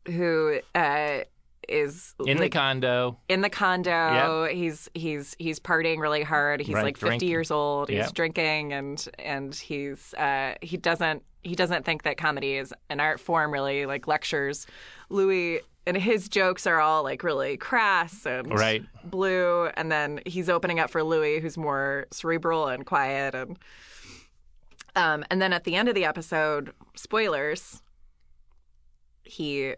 S4: who uh, is
S7: in the
S4: like,
S7: condo.
S4: in the condo. He's he's he's partying really hard. He's
S7: Right,
S4: like 50
S7: drinking.
S4: years old. He's
S7: Yeah.
S4: drinking and and he's uh, he doesn't he doesn't think that comedy is an art form really like lectures Louis and his jokes are all like really crass and
S7: Right.
S4: blue and then he's opening up for Louis who's more cerebral and quiet and um and then at the end of the episode spoilers he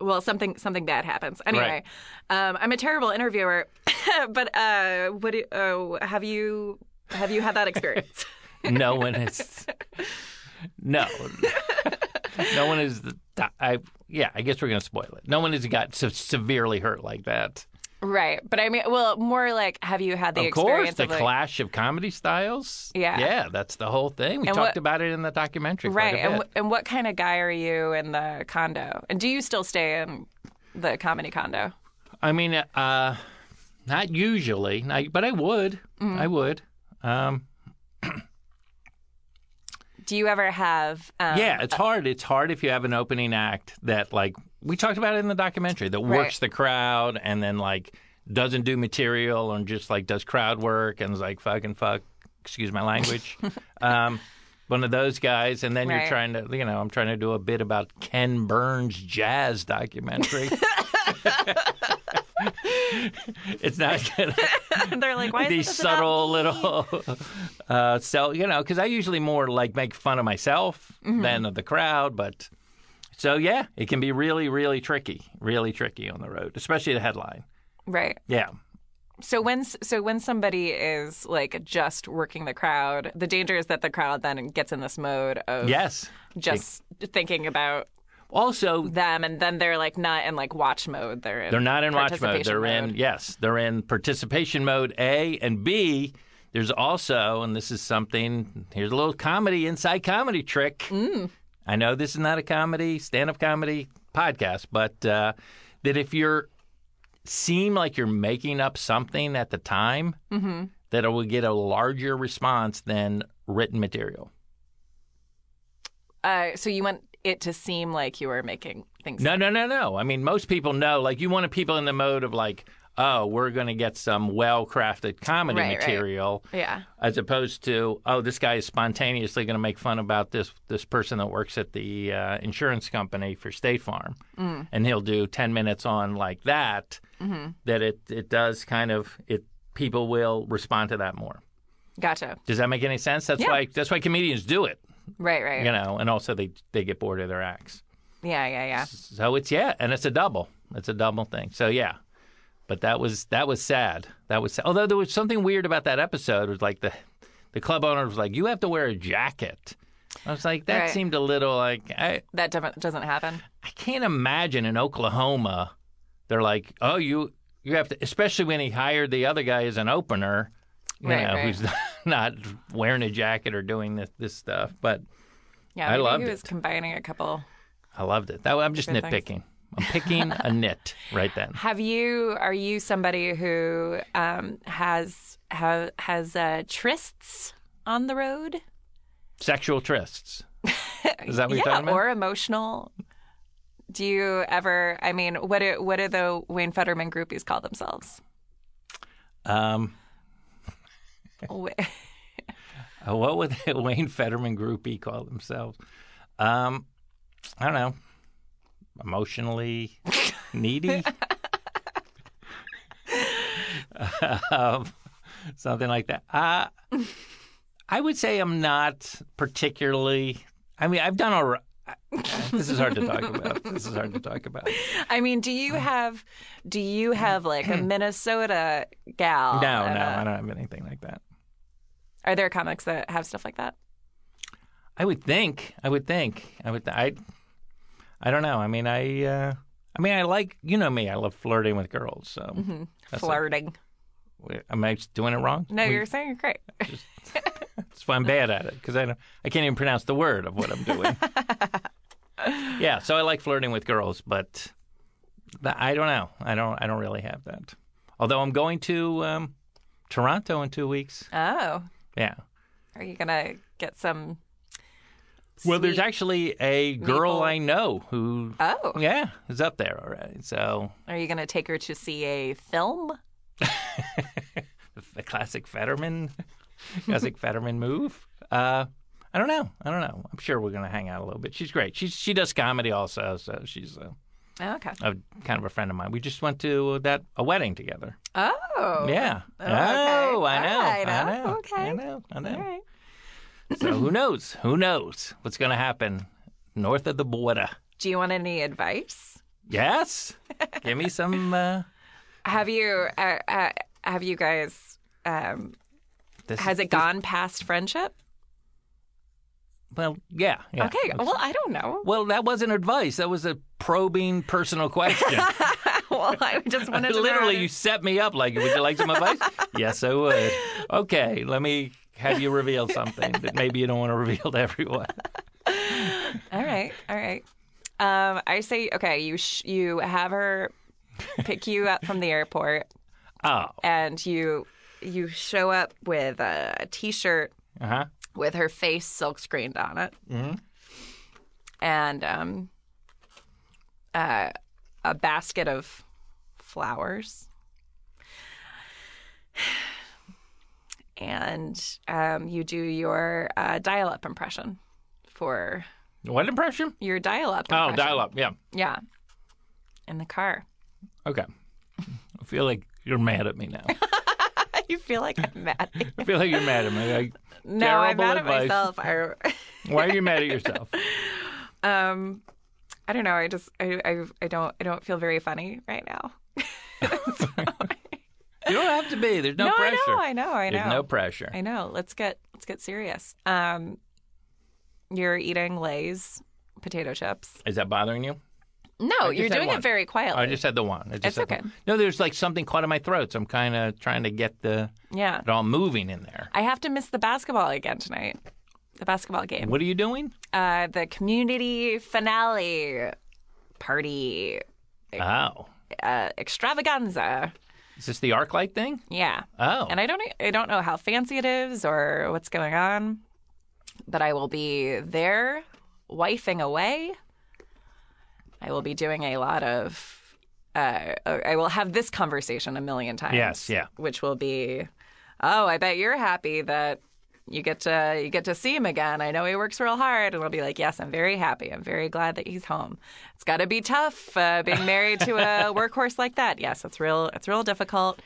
S4: well something something bad happens anyway um, i'm a terrible interviewer but uh what do, uh, have you have you had that experience
S7: No one is. no. no one is. The, I yeah. I guess we're gonna spoil it. No one has got so severely hurt like that.
S4: right but i mean well more like have you had the
S7: of course,
S4: experience
S7: the
S4: of like,
S7: clash of comedy styles.
S4: Yeah.
S7: Yeah, that's the whole thing. We
S4: And
S7: talked
S4: what-
S7: about it in the documentary. quite
S4: right
S7: a
S4: and,
S7: bit.
S4: w- and what kind of guy are you in the condo and do you still stay in the comedy condo
S7: I mean, uh, not usually, not, but I would.
S4: Mm-hmm.
S7: I would. Um,
S4: do you ever have um,
S7: yeah, it's hard. It's hard if you have an opening act that, like, we talked about it in the documentary, that works the crowd and then, like, doesn't do material and just, like, does crowd work and is like, fucking fuck, excuse my language. um, one of those guys. And then
S4: Right.
S7: you're trying to, you know, I'm trying to do a bit about Ken Burns' jazz documentary. it's not going to
S4: they're like why is
S7: these
S4: this about
S7: subtle
S4: me?
S7: little uh so you know because i usually more like make fun of myself
S4: Mm-hmm.
S7: than of the crowd but so yeah it can be really really tricky really tricky on the road especially the headline
S4: right
S7: yeah
S4: So when s- so when somebody is like just working the crowd, the danger is that the crowd then gets in this mode of
S7: yes
S4: just thinking about
S7: also
S4: them, and then they're like not in like watch mode. They're in
S7: they're not in watch mode
S4: participation
S7: they're in yes they're in participation mode a and b there's also and this is something here's a little comedy inside comedy trick I know this is not a comedy, stand up comedy podcast, but uh, that if you're seem like you're making up something at the time, that it will get a larger response than written material.
S4: Uh, so you want it to seem like you are making things.
S7: No, no, no, no. I mean, most people know, like, you want people in the mode of, like, oh, we're going to get some well crafted comedy
S4: Right, right.
S7: material
S4: Yeah.
S7: as opposed to oh this guy is spontaneously going to make fun about this this person that works at the uh, insurance company for State Farm
S4: Mm.
S7: and he'll do 10 minutes on like that
S4: Mm-hmm.
S7: that it it does kind of it people will respond to that more
S4: Gotcha.
S7: does that make any sense that's
S4: Yeah.
S7: why that's why comedians do it
S4: Right, right.
S7: you know and also they they get bored of their acts
S4: Yeah, yeah, yeah.
S7: so it's yeah and it's a double it's a double thing so yeah but that was that was sad that was sad. although there was something weird about that episode it was like the the club owner was like you have to wear a jacket i was like that
S4: Right.
S7: seemed a little like i
S4: That doesn't doesn't happen.
S7: i can't imagine in oklahoma they're like oh you you have to especially when he hired the other guy as an opener you
S4: Right,
S7: know
S4: right.
S7: who's not wearing a jacket or doing this this stuff but
S4: Yeah,
S7: I
S4: maybe
S7: loved
S4: he was
S7: it.
S4: combining a couple.
S7: i loved it that i'm just
S4: Good things.
S7: nitpicking i'm picking a nit right then
S4: Have you? Are you somebody who um, has ha, has uh, trysts on the road?
S7: sexual trysts. Is that what you're
S4: yeah,
S7: talking about?
S4: or emotional. Do you ever? I mean, what do, what do the Wayne Fetterman groupies call themselves?
S7: um,
S4: Wh-
S7: uh, what would the Wayne Fetterman groupie call themselves? Um, I don't know. Emotionally needy. um, something like that. Uh, I would say I'm not particularly. I mean, I've done all right. This is hard to talk about. This is hard to talk about.
S4: I mean, do you have do you have like a Minnesota gal?
S7: No, no,
S4: and a-
S7: I don't have anything like that.
S4: Are there comics that have stuff like that?
S7: I would think. I would think. I would. I. I don't know. I mean, I. Uh, I mean, I like. You know me. I love flirting with girls. So
S4: Mm-hmm.
S7: That's it.
S4: Flirting.
S7: am I just doing it wrong?
S4: No, you're saying you're great.
S7: That's why I'm bad at it because I don't. I can't even pronounce the word of what I'm doing. yeah. So I like flirting with girls, but th- I don't know. I don't. I don't really have that. Although I'm going to um, Toronto in two weeks.
S4: Oh,
S7: Yeah.
S4: are you gonna get some?
S7: Well, there's
S4: sweet-
S7: actually a girl
S4: Maple.
S7: I know who.
S4: Oh,
S7: Yeah, is up there already. So
S4: are you gonna take her to see a film?
S7: the classic Fetterman, classic Fetterman move. Uh, I don't know. I don't know. I'm sure we're gonna hang out a little bit. She's great. She's she does comedy also, so she's a,
S4: Oh, okay.
S7: a kind of a friend of mine. We just went to that a wedding together.
S4: Oh,
S7: yeah.
S4: okay.
S7: Oh, I know.
S4: All right,
S7: I
S4: oh,
S7: know.
S4: okay.
S7: I know. I know.
S4: All right.
S7: So who knows? Who knows what's gonna happen north of the border?
S4: Do you want any advice?
S7: Yes. Give me some. Uh,
S4: Have you? Uh, uh, have you guys? Um,
S7: this
S4: has it gone past friendship?
S7: Well, yeah. yeah.
S4: Okay. Well, I don't know.
S7: Well, that wasn't advice. That was a probing personal question.
S4: well, I just wanted to know how
S7: Literally,
S4: to-
S7: you set me up. Like, would you like some advice? yes, I would. Okay, let me have you reveal something that maybe you don't want to reveal to everyone.
S4: All right, all right. Um, I say okay. You sh- you have her pick you up from the airport,
S7: Oh,
S4: and you you show up with a, t-shirt
S7: uh huh.
S4: with her face silk screened on it,
S7: Mm-hmm.
S4: and um, uh, a basket of flowers, and um, you do your uh, dial-up impression for
S7: What impression?
S4: your dial-up.
S7: Oh,
S4: impression.
S7: dial up. Yeah.
S4: Yeah. In the car.
S7: Okay. I feel like you're mad at me now.
S4: you feel like I'm mad.
S7: I feel like you're mad at me. Like,
S4: no, I'm
S7: Terrible
S4: mad
S7: advice.
S4: at myself. I,
S7: why are you mad at yourself?
S4: um, I don't know. I just I, I I don't I don't feel very funny right now.
S7: You don't have to be. There's no,
S4: no,
S7: pressure.
S4: I know. I know. I know.
S7: There's no pressure.
S4: I know. Let's get let's get serious. Um, you're eating Lay's potato chips.
S7: Is that bothering you?
S4: No,
S7: just
S4: you're
S7: had
S4: doing
S7: one.
S4: it very quietly.
S7: I just had the one. I just
S4: It's
S7: had the
S4: okay.
S7: one. No, there's like something caught in my throat, so I'm kind of trying to get the
S4: yeah.
S7: it all moving in there.
S4: I have to miss the basketball again tonight. The basketball game.
S7: What are you doing?
S4: Uh, the community finale party
S7: Oh,
S4: uh, extravaganza.
S7: is this the arc light thing?
S4: Yeah.
S7: Oh,
S4: And I don't e, I don't know how fancy it is or what's going on, but I will be there wifing away. I will be doing a lot of uh, I will have this conversation a million times.
S7: Yes, yeah.
S4: Which will be, oh, I bet you're happy that you get to you get to see him again. I know he works real hard, and I'll be like, yes, I'm very happy. I'm very glad that he's home. It's got to be tough uh, being married to a workhorse like that. Yes, it's real. It's real difficult.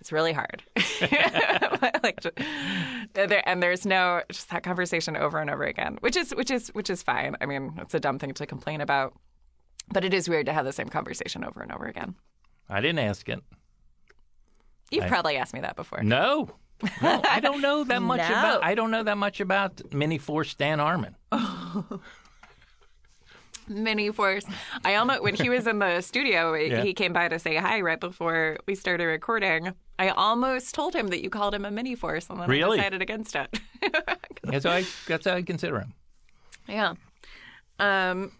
S4: It's really hard. like, ju- there, and there's no just that conversation over and over again, which is which is which is fine. I mean, it's a dumb thing to complain about. But it is weird to have the same conversation over and over again.
S7: I didn't ask it.
S4: You've probably asked me that before.
S7: No. No, I don't know that much
S4: No.
S7: about I don't know that much about Mini Force Stan Armin.
S4: Mini Force. I almost when he was in the studio, he came by to say hi right before we started recording. I almost told him that you called him a mini force, and then
S7: Really?
S4: I decided against it.
S7: That's how I that's how I consider him.
S4: yeah. Um.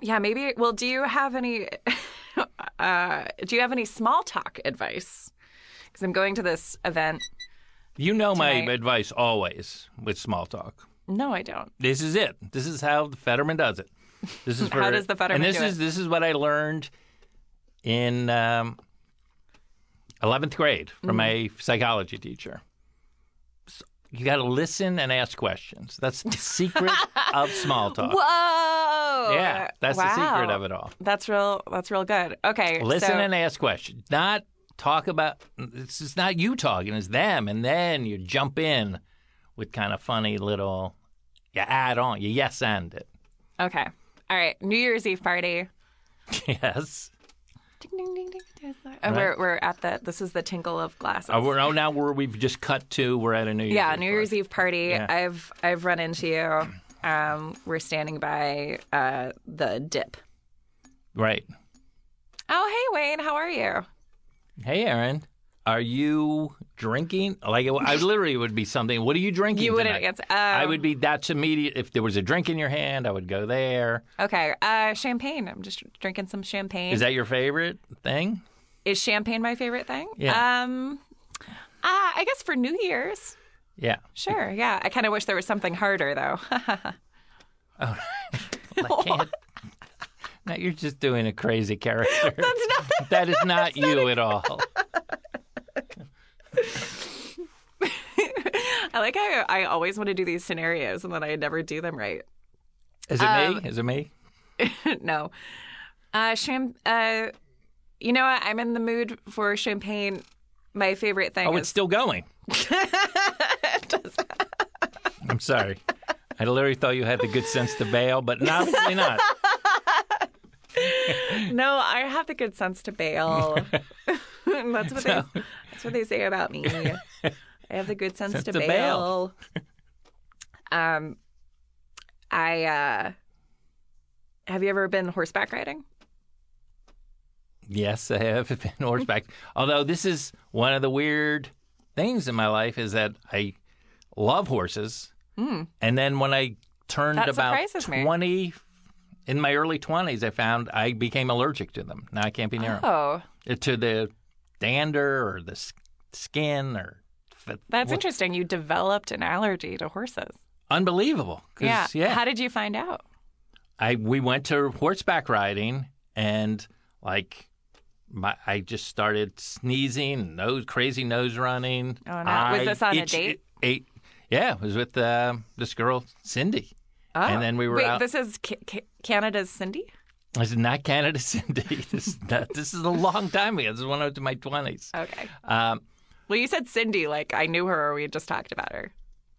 S4: Yeah. Maybe. Well, do you have any? Uh, do you have any small talk advice? Because I'm going to this event.
S7: You know my
S4: Tonight.
S7: advice always with small talk.
S4: No, I don't.
S7: This is it. This is how the Fetterman does it. This is for,
S4: How does the Fetterman
S7: And this
S4: do it?
S7: is this is what I learned in um, eleventh grade from
S4: Mm.
S7: my psychology teacher. S- You got to listen and ask questions. That's the secret of small talk.
S4: Whoa.
S7: Yeah, that's the secret
S4: Wow.
S7: of it all.
S4: That's real. That's real good. Okay.
S7: Listen
S4: so,
S7: and ask questions. Not talk about. It's just not you talking. It's them, and then you jump in with kind of funny little. You add on. You yes and it.
S4: Okay. All right. New Year's Eve party.
S7: Yes.
S4: Ding ding ding ding. ding. And Oh, we're we're at the. This is the tinkle of glasses.
S7: Oh, we're, oh, now we're, we've just cut to. We're at a New Year's.
S4: yeah,
S7: Eve
S4: New Year's Eve party. I've I've run into you. Um, we're standing by uh, the dip.
S7: Right.
S4: Oh, hey Wayne, how are you?
S7: Hey, Aaron. Are you drinking? Like, it- I literally would be something. What are you drinking?
S4: You wouldn't
S7: tonight?
S4: answer.
S7: I
S4: Um,
S7: would be. That's immediate. If there was a drink in your hand, I would go there.
S4: Okay, uh, champagne. I'm just drinking some champagne.
S7: Is that your favorite thing?
S4: Is champagne my favorite thing?
S7: Yeah.
S4: Um, uh, I guess for New Year's.
S7: Yeah.
S4: Sure. Yeah. I kind of wish there was something harder though.
S7: I can't. now you're just doing a crazy character.
S4: That's not.
S7: that is not you at all.
S4: I like how I always want to do these scenarios and then I never do them right.
S7: Is it
S4: Um,
S7: me? Is it me?
S4: no. Uh, sham- uh, you know what? I'm in the mood for champagne. My favorite thing
S7: Oh,
S4: is
S7: it's still going. I'm sorry. I literally thought you had the good sense to bail, but no, obviously not.
S4: no. I have the good sense to bail. that's what they that's what they say about me. I have the good sense, to,
S7: to
S4: bail.
S7: bail.
S4: um, I uh, have you ever been horseback riding?
S7: Yes, I have been horseback. Although this is one of the weird things in my life is that I love horses, and then when I turned
S4: Hmm. That
S7: about
S4: surprises me.
S7: twenty, in my early twenties, I found I became allergic to them. Now I can't be near 'em.
S4: Oh,
S7: to the dander or the s- skin or f-
S4: that's interesting. You developed an allergy to horses.
S7: unbelievable. 'Cause,
S4: Yeah.
S7: yeah.
S4: How did you find out?
S7: I we went to horseback riding and like my I just started sneezing, nose crazy nose running.
S4: Oh, no. Was
S7: I
S4: this on a
S7: itch-
S4: date?
S7: it- yeah, it was with uh, this girl Cindy.
S4: Oh.
S7: And then we were
S4: Wait,
S7: out-
S4: this is ca- Ca- Canada's Cindy?
S7: This is not Canada Cindy. This is not, this is a long time ago. This is when I was in my twenties.
S4: Okay.
S7: Um,
S4: Well, you said Cindy, like I knew her or we had just talked about her.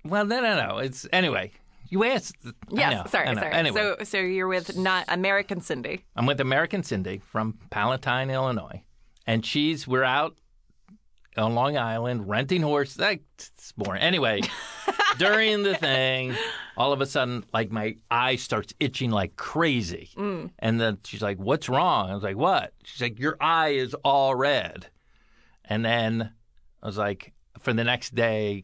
S7: well, no, no, no. It's anyway. You asked. I
S4: Yes,
S7: know,
S4: sorry,
S7: I know.
S4: sorry.
S7: Anyway,
S4: So so you're with not American Cindy.
S7: I'm with American Cindy from Palatine, Illinois, and she's we're out on Long Island renting horse. Like, it's boring. Anyway, during the thing, all of a sudden, like my eye starts itching like crazy,
S4: Mm.
S7: and then she's like, "What's wrong?" I was like, "What?" She's like, "Your eye is all red," and then I was like, for the next day.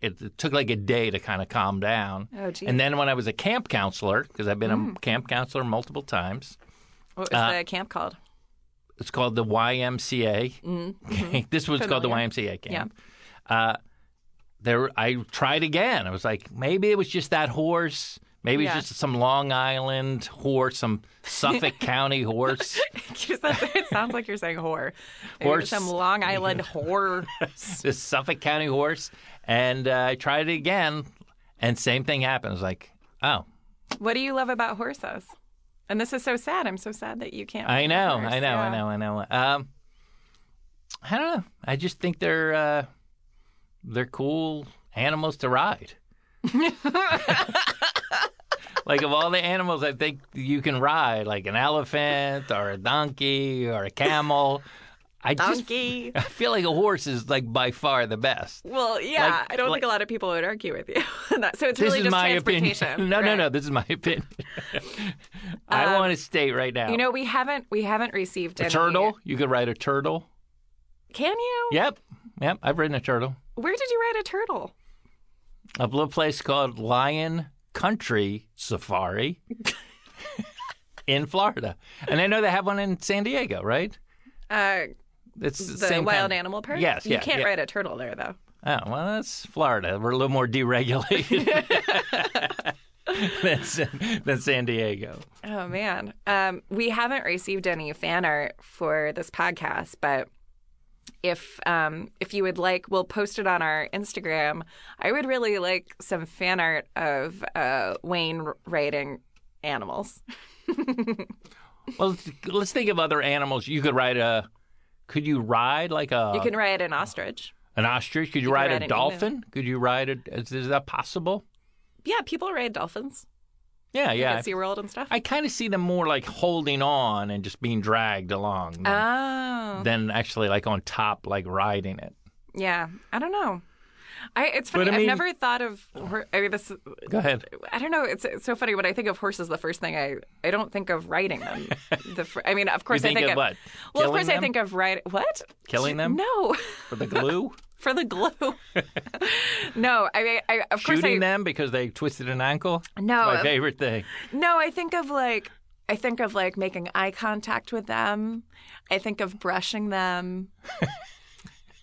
S7: It, it took like a day to kind of calm down.
S4: Oh, geez. Mm.
S7: and then when I was a camp counselor, because I've been a camp counselor multiple times,
S4: What was
S7: Uh,
S4: the camp called?
S7: it's called the YMCA. this was called the YMCA camp. Uh, there, I tried again. I was like, maybe it was just that horse. Maybe
S4: Yeah.
S7: it's just some Long Island whore, some Suffolk County horse.
S4: it sounds like you're saying whore. Maybe
S7: Horse.
S4: Some Long Island whore.
S7: this Suffolk County horse, and uh, I tried it again, and same thing happens. Like, oh,
S4: What do you love about horses? And this is so sad. I'm so sad that you can't.
S7: I
S4: ride a
S7: know,
S4: horse.
S7: I know,
S4: Yeah.
S7: I know, I know. Um, I don't know. I just think they're uh, they're cool animals to ride. like of all the animals, I think you can ride, like an elephant or a donkey or a camel. I just
S4: Donkey.
S7: I feel like a horse is like by far the best.
S4: Well, yeah,
S7: Like-
S4: I don't
S7: like-
S4: think a lot of people would argue with you. on that. so it's
S7: this
S4: really
S7: is
S4: just
S7: my opinion.
S4: transportation.
S7: No, no,
S4: right? Um,
S7: no. This is my opinion. I want to state right now.
S4: You know, we haven't we haven't received
S7: a
S4: any-
S7: turtle. You could ride a turtle.
S4: Can you?
S7: Yep, yep. I've ridden a turtle.
S4: Where did you ride a turtle?
S7: A little place called Lion Country Safari in Florida, and I know they have one in San Diego, right?
S4: Uh,
S7: It's the,
S4: the
S7: same
S4: wild
S7: kind.
S4: animal park.
S7: Yes,
S4: you
S7: yeah,
S4: can't
S7: yeah.
S4: ride a turtle there though.
S7: Oh well, that's Florida. We're a little more deregulated than, San- than San Diego.
S4: Oh man, um, we haven't received any fan art for this podcast, but if um, if you would like, we'll post it on our Instagram. I would really like some fan art of uh, Wayne riding animals.
S7: Well, th- let's think of other animals. You could ride a. Could you ride like a
S4: you can ride an ostrich.
S7: an ostrich? Could you,
S4: could
S7: ride,
S4: ride
S7: a
S4: an
S7: dolphin? Could you ride a? Is, is that possible?
S4: Yeah, people ride dolphins
S7: Yeah, yeah.
S4: at SeaWorld and stuff.
S7: I kind of see them more like holding on and just being dragged along than,
S4: oh,
S7: than actually like on top, like riding it.
S4: yeah. I don't know. I, it's funny.
S7: But I mean-
S4: have never thought of. hor- I mean, this
S7: Go ahead.
S4: I don't know. It's, it's so funny when I think of horses. The first thing I I don't think of riding them. the fir- I mean, of
S7: You
S4: course
S7: think
S4: I think
S7: of what?
S4: Well, of
S7: Killing
S4: course I
S7: them?
S4: think of riding. What?
S7: Killing them?
S4: No,
S7: for the glue,
S4: for the glue. no, I mean, I Oh, uh, of course
S7: shooting
S4: I
S7: them because they twisted an ankle.
S4: no
S7: My favorite thing.
S4: no. I think of like I think of like making eye contact with them. I think of brushing them.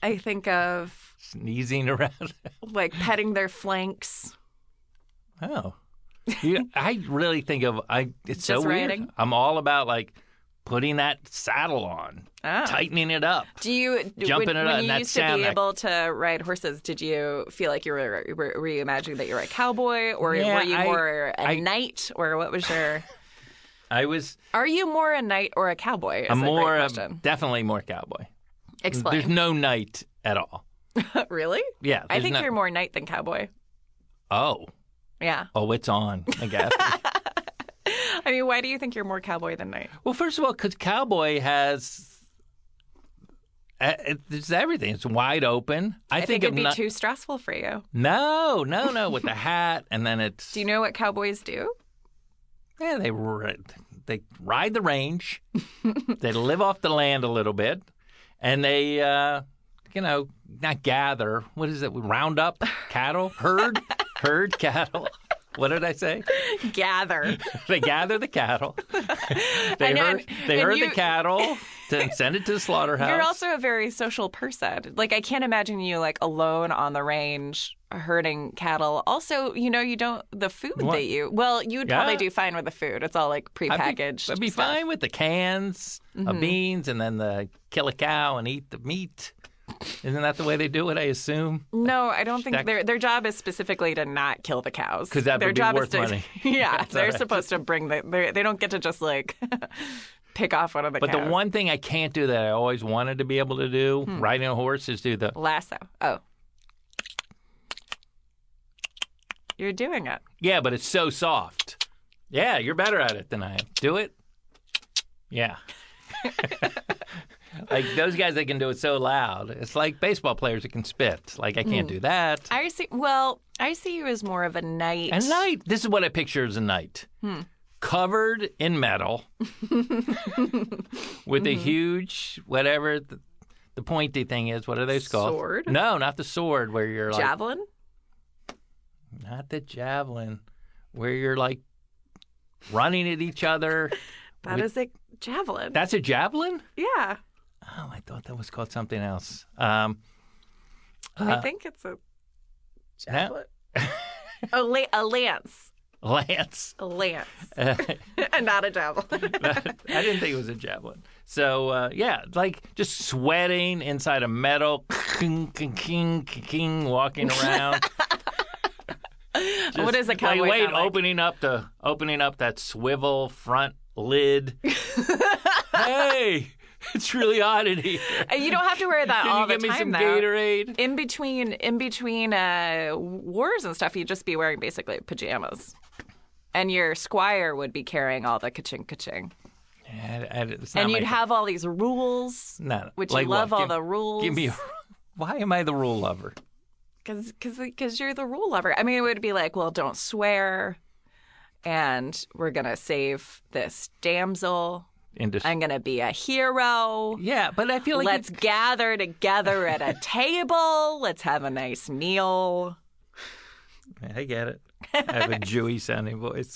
S4: I think of
S7: Sneezing around.
S4: like petting their flanks.
S7: Oh, you, I really think of I. It's so
S4: Just
S7: weird.
S4: riding?
S7: I'm all about like putting that saddle on,
S4: Ah.
S7: tightening it up.
S4: Do you
S7: Jumping
S4: when,
S7: it
S4: when
S7: on
S4: you
S7: that
S4: used
S7: sound,
S4: to be
S7: that-
S4: able to ride horses? Did you feel like you were were, were you imagining that you were a cowboy, or
S7: Yeah,
S4: were you
S7: I-
S4: more a
S7: I-
S4: knight, or what was your?
S7: I was.
S4: Are you more a knight or a cowboy? Is
S7: I'm
S4: a
S7: more
S4: great
S7: uh,
S4: question.
S7: definitely more cowboy. There's
S4: Explain.
S7: no knight at all.
S4: really?
S7: Yeah,
S4: I
S7: there's
S4: think
S7: no-
S4: you're more knight than cowboy.
S7: Oh,
S4: Yeah.
S7: oh, it's on. I guess.
S4: I mean, why do you think you're more cowboy than knight?
S7: Well, first of all, because Cowboy has uh, it- it's everything. It's wide open. I,
S4: I think,
S7: of
S4: it'd be
S7: not-
S4: too stressful for you.
S7: No, no, no. With the hat, and then it's
S4: Do you know what cowboys do?
S7: yeah, they ri- they ride the range. they live off the land a little bit, and they uh, you know not gather. What is it? Round up cattle, herd, herd cattle. What did I say?
S4: Gather.
S7: they gather the cattle. they
S4: And-
S7: herd,
S4: and-
S7: they
S4: and
S7: herd
S4: you-
S7: the cattle, then send it to the slaughterhouse.
S4: You're also a very social person. Like I can't imagine you like alone on the range herding cattle. Also, you know, you don't the food
S7: What?
S4: that you well, you'd
S7: Yeah.
S4: probably do fine with the food. It's all like prepackaged.
S7: I'd be, I'd be
S4: stuff. Mm-hmm.
S7: fine with the cans of beans and then the kill a cow and eat the meat. Isn't that the way they do it? I assume.
S4: No, I don't think
S7: That-
S4: their their job is specifically to not kill the cows.
S7: 'Cause that
S4: their
S7: would be
S4: job
S7: worth
S4: is to,
S7: money.
S4: Yeah,
S7: all
S4: they're
S7: right.
S4: supposed to bring the. they're- They don't get to just like pick off one of the.
S7: But
S4: cows. Hmm.
S7: the one thing I can't do that I always wanted to be able to do riding a horse is do the
S4: lasso. Oh, you're doing it.
S7: yeah, but it's so soft. Yeah, you're better at it than I am. Do it. Yeah. like those guys that can do it so loud. It's like baseball players that can spit. Like I can't do that.
S4: Hmm. I see. Well, I see you as more of a knight.
S7: A knight. This is what I picture as a knight.
S4: Hmm.
S7: Covered in metal with
S4: Mm-hmm.
S7: a huge, whatever the, the pointy thing is. What are those called?
S4: Sword?
S7: No, not the sword where you're like.
S4: javelin.
S7: Not the javelin where you're like running at each other.
S4: That is a javelin.
S7: That's a javelin?
S4: yeah,
S7: Oh, I thought that was called something else. Um,
S4: Oh,
S7: uh,
S4: I think it's a
S7: javelin?
S4: a, la- a lance.
S7: Lance.
S4: Lance, and not a devil.
S7: I didn't think it was a javelin. So uh, yeah, like just sweating inside a metal, king, king, king, king, walking around.
S4: what is a
S7: Like,
S4: cowboy?
S7: wait,
S4: sound like?
S7: opening up the opening up that swivel front lid. hey, it's really hot in here.
S4: Uh, You don't have to wear that
S7: Can
S4: all
S7: you
S4: the
S7: get me
S4: time
S7: some
S4: though.
S7: Gatorade?
S4: In between, in between uh, wars and stuff, you'd just be wearing basically pajamas, and your squire would be carrying all the kaching kaching,
S7: And, and it's not
S4: and
S7: my
S4: you'd
S7: thing.
S4: have all these rules,
S7: No,
S4: which
S7: like
S4: you love
S7: what?
S4: all
S7: Give-
S4: the rules.
S7: Give me. A, why am I the rule lover?
S4: because because you're the rule lover. I mean, it would be like, well, don't swear, and we're gonna save this damsel.
S7: Indus-
S4: I'm gonna be a hero.
S7: yeah, but I feel like
S4: Let's gather together at a table. Let's have a nice meal.
S7: it's- I get it. I have a Jewy sounding voice.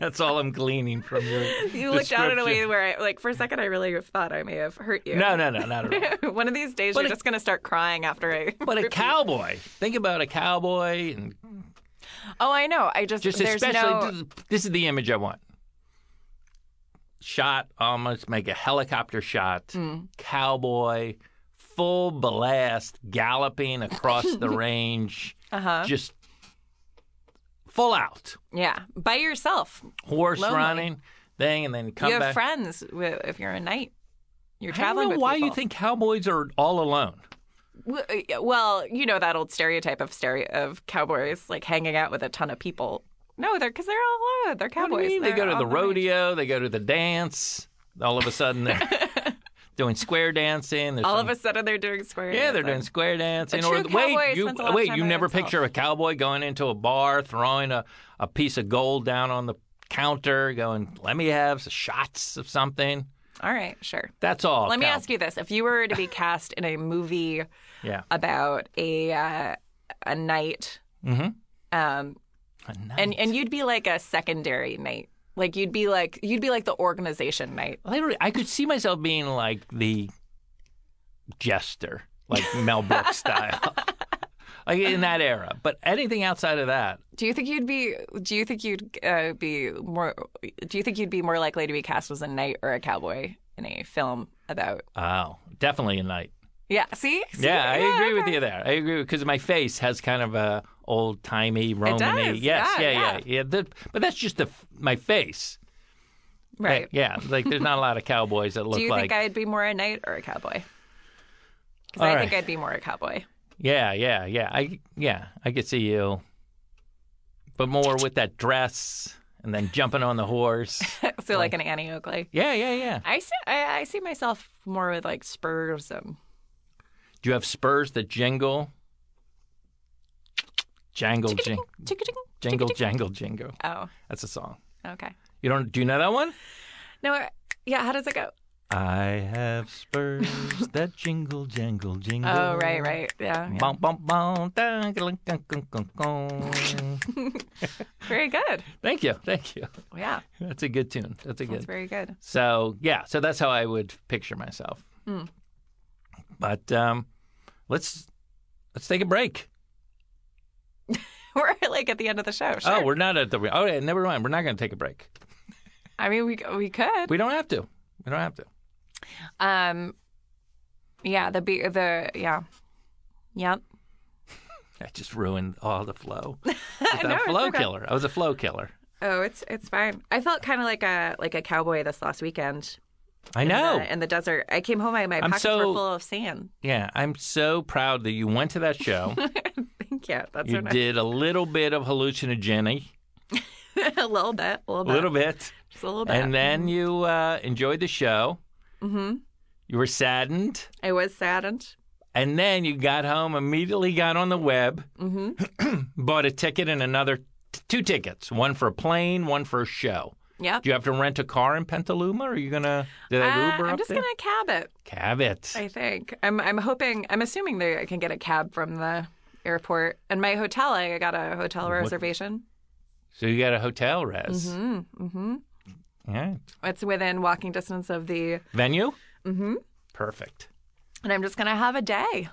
S7: That's all I'm gleaning from your.
S4: You looked out in a way
S7: description.
S4: where, I, like, for a second, I really thought I may have hurt you.
S7: No, no, no, not at all.
S4: One of these days,
S7: But
S4: you're
S7: a-
S4: just gonna start crying after I.
S7: But a cowboy. Think about a cowboy, and
S4: Oh, I know. I just,
S7: just
S4: there's
S7: especially
S4: no.
S7: this, is- this is the image I want. Shot almost make a helicopter shot.
S4: Hmm.
S7: Cowboy, full blast, galloping across the range,
S4: Uh huh.
S7: just full out
S4: Yeah, by yourself.
S7: horse
S4: Lonely.
S7: running thing, and then come
S4: you have
S7: back.
S4: friends wi- if you're a knight. You're
S7: I don't
S4: traveling
S7: know
S4: with
S7: why you
S4: people.
S7: think cowboys are all alone.
S4: W- uh, yeah, Well, you know that old stereotype of stereo of cowboys like hanging out with a ton of people. No, they're because they're all alone. They're
S7: What
S4: cowboys.
S7: do you mean? They
S4: They're
S7: go to
S4: on
S7: the
S4: range.
S7: rodeo, they go to the dance. All of a sudden, they're doing square dancing. There's
S4: All
S7: some-
S4: of a sudden, they're doing square.
S7: Yeah, they're
S4: dancing.
S7: doing square dancing.
S4: A
S7: Or
S4: true cowboy
S7: wait, you
S4: spends a lot of
S7: wait,
S4: time
S7: you
S4: by
S7: never
S4: himself.
S7: picture a cowboy going into a bar, throwing a, a piece of gold down on the counter, going, "Let me have some shots of something."
S4: All right, sure.
S7: That's all.
S4: Let me ask you this: If you were to be cast in a movie
S7: Yeah.
S4: about a uh, a knight,
S7: Mhm.
S4: um, and and you'd be like a secondary knight, like you'd be like you'd be like the organization knight.
S7: literally, I could see myself being like the jester, like Mel Brooks style, like in that era. But anything outside of that,
S4: Do you think you'd be? Do you think you'd uh, be more? Do you think you'd be more likely to be cast as a knight or a cowboy in a film about?
S7: oh, definitely a knight.
S4: Yeah. See. See?
S7: Yeah, I agree with
S4: okay.
S7: you there. I agree because my face has kind of a old timey Romany.
S4: does.
S7: Yes,
S4: Yeah,
S7: yeah,
S4: yeah.
S7: yeah, yeah. The- but that's just the f- my face.
S4: Right.
S7: Yeah, like there's not a lot of cowboys that look
S4: Do you
S7: like.
S4: think I'd be more a knight or a cowboy? Because
S7: All
S4: I
S7: right.
S4: think I'd be more a cowboy.
S7: Yeah, yeah, yeah. I yeah, I could see you, but more with that dress and then jumping on the horse.
S4: so like an Annie Oakley.
S7: Yeah, yeah, yeah.
S4: I see. I, I see myself more with like spurs and
S7: Oh, Do you have spurs that jingle? Jangle, jing,
S4: Chicka-chicka,
S7: jingle,
S4: chicka-chicka.
S7: jangle, jingle.
S4: Oh,
S7: That's a song.
S4: okay.
S7: You don't? Do you know that one?
S4: No, I- yeah. How does it go?
S7: I have spurs that jingle, jangle, jingle.
S4: Oh, right, right. Yeah. yeah.
S7: Bum, bum, bum, dun, dun, dun, dun, dun, dun.
S4: Very good.
S7: thank you, thank you.
S4: Yeah,
S7: That's a good tune. That's a
S4: that's
S7: good.
S4: very good.
S7: So yeah, so that's how I would picture myself.
S4: Hmm.
S7: But um, let's let's take a break.
S4: We're like at the end of the show.
S7: Oh,
S4: Sure.
S7: we're not at the. Oh, yeah, never mind. We're not going to take a break.
S4: I mean, we we could.
S7: We don't have to. We don't have to.
S4: Um, yeah. The be the yeah, yep.
S7: I just ruined all the flow.
S4: I
S7: I'm a flow
S4: okay.
S7: killer. I was a flow killer.
S4: Oh, it's it's fine. I felt kind of like a like a cowboy this last weekend.
S7: I
S4: in
S7: know.
S4: the- in the desert. I came home. I, my
S7: I'm
S4: pockets were
S7: so-
S4: full of sand.
S7: Yeah, I'm so proud that you went to that show.
S4: Thank you. That's
S7: you
S4: so nice.
S7: did a little bit of hallucinogenic,
S4: a little bit. A little
S7: a
S4: bit.
S7: little bit,
S4: Just a little bit.
S7: and then you uh, enjoyed the show.
S4: hmm
S7: You were saddened,
S4: I was saddened.
S7: and then you got home immediately, got on the web,
S4: hmm
S7: bought a ticket and another t- two tickets, one for a plane, one for a show.
S4: Yep.
S7: Do you have to rent a car in Pentaluma? Or are you gonna? Did
S4: Uh,
S7: I Uber
S4: I'm
S7: up
S4: just
S7: there?
S4: gonna cab it.
S7: Cab it.
S4: I think. I'm. I'm hoping. I'm assuming that I can get a cab from the airport and my hotel. I got a hotel reservation.
S7: So you got a hotel res.
S4: hmm hmm
S7: Yeah.
S4: It's within walking distance of the.
S7: Venue.
S4: hmm
S7: Perfect.
S4: And I'm just gonna have a day.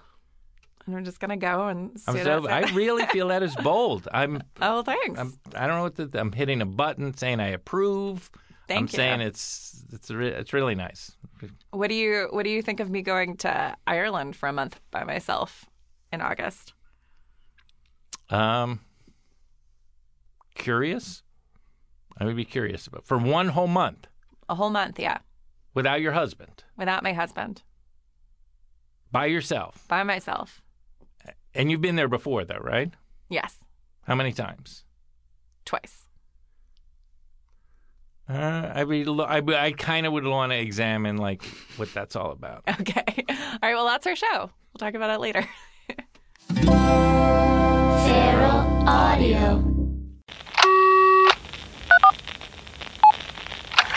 S4: I'm and I'm just gonna go and
S7: I'm
S4: see
S7: so,
S4: what
S7: I
S4: it says.
S7: really feel that is bold. I'm,
S4: Oh, thanks.
S7: I'm I don't know what to, I'm hitting a button saying I approve.
S4: Thank
S7: I'm
S4: you.
S7: saying it's it's re- it's really nice.
S4: What do you What do you think of me going to Ireland for a month by myself in August?
S7: Um, curious. I would be curious about for one whole month
S4: A whole month, yeah,
S7: without your husband,
S4: without my husband,
S7: by yourself,
S4: by myself.
S7: and you've been there before, though, right?
S4: Yes,
S7: How many times?
S4: twice.
S7: Uh, I be, lo- I, be- I kind of would want to examine like what that's all about.
S4: Okay. All right. Well, that's our show. We'll talk about it later.
S3: Feral Audio.
S8: I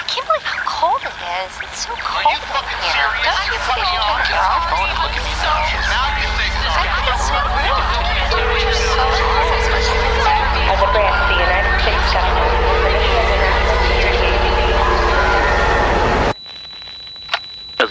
S8: can't believe how cold it is. It's so cold Are you fucking here. serious? Don't you fucking think you're all fucking look at me so now you think so. I think it's so cold. You're so cold.
S9: As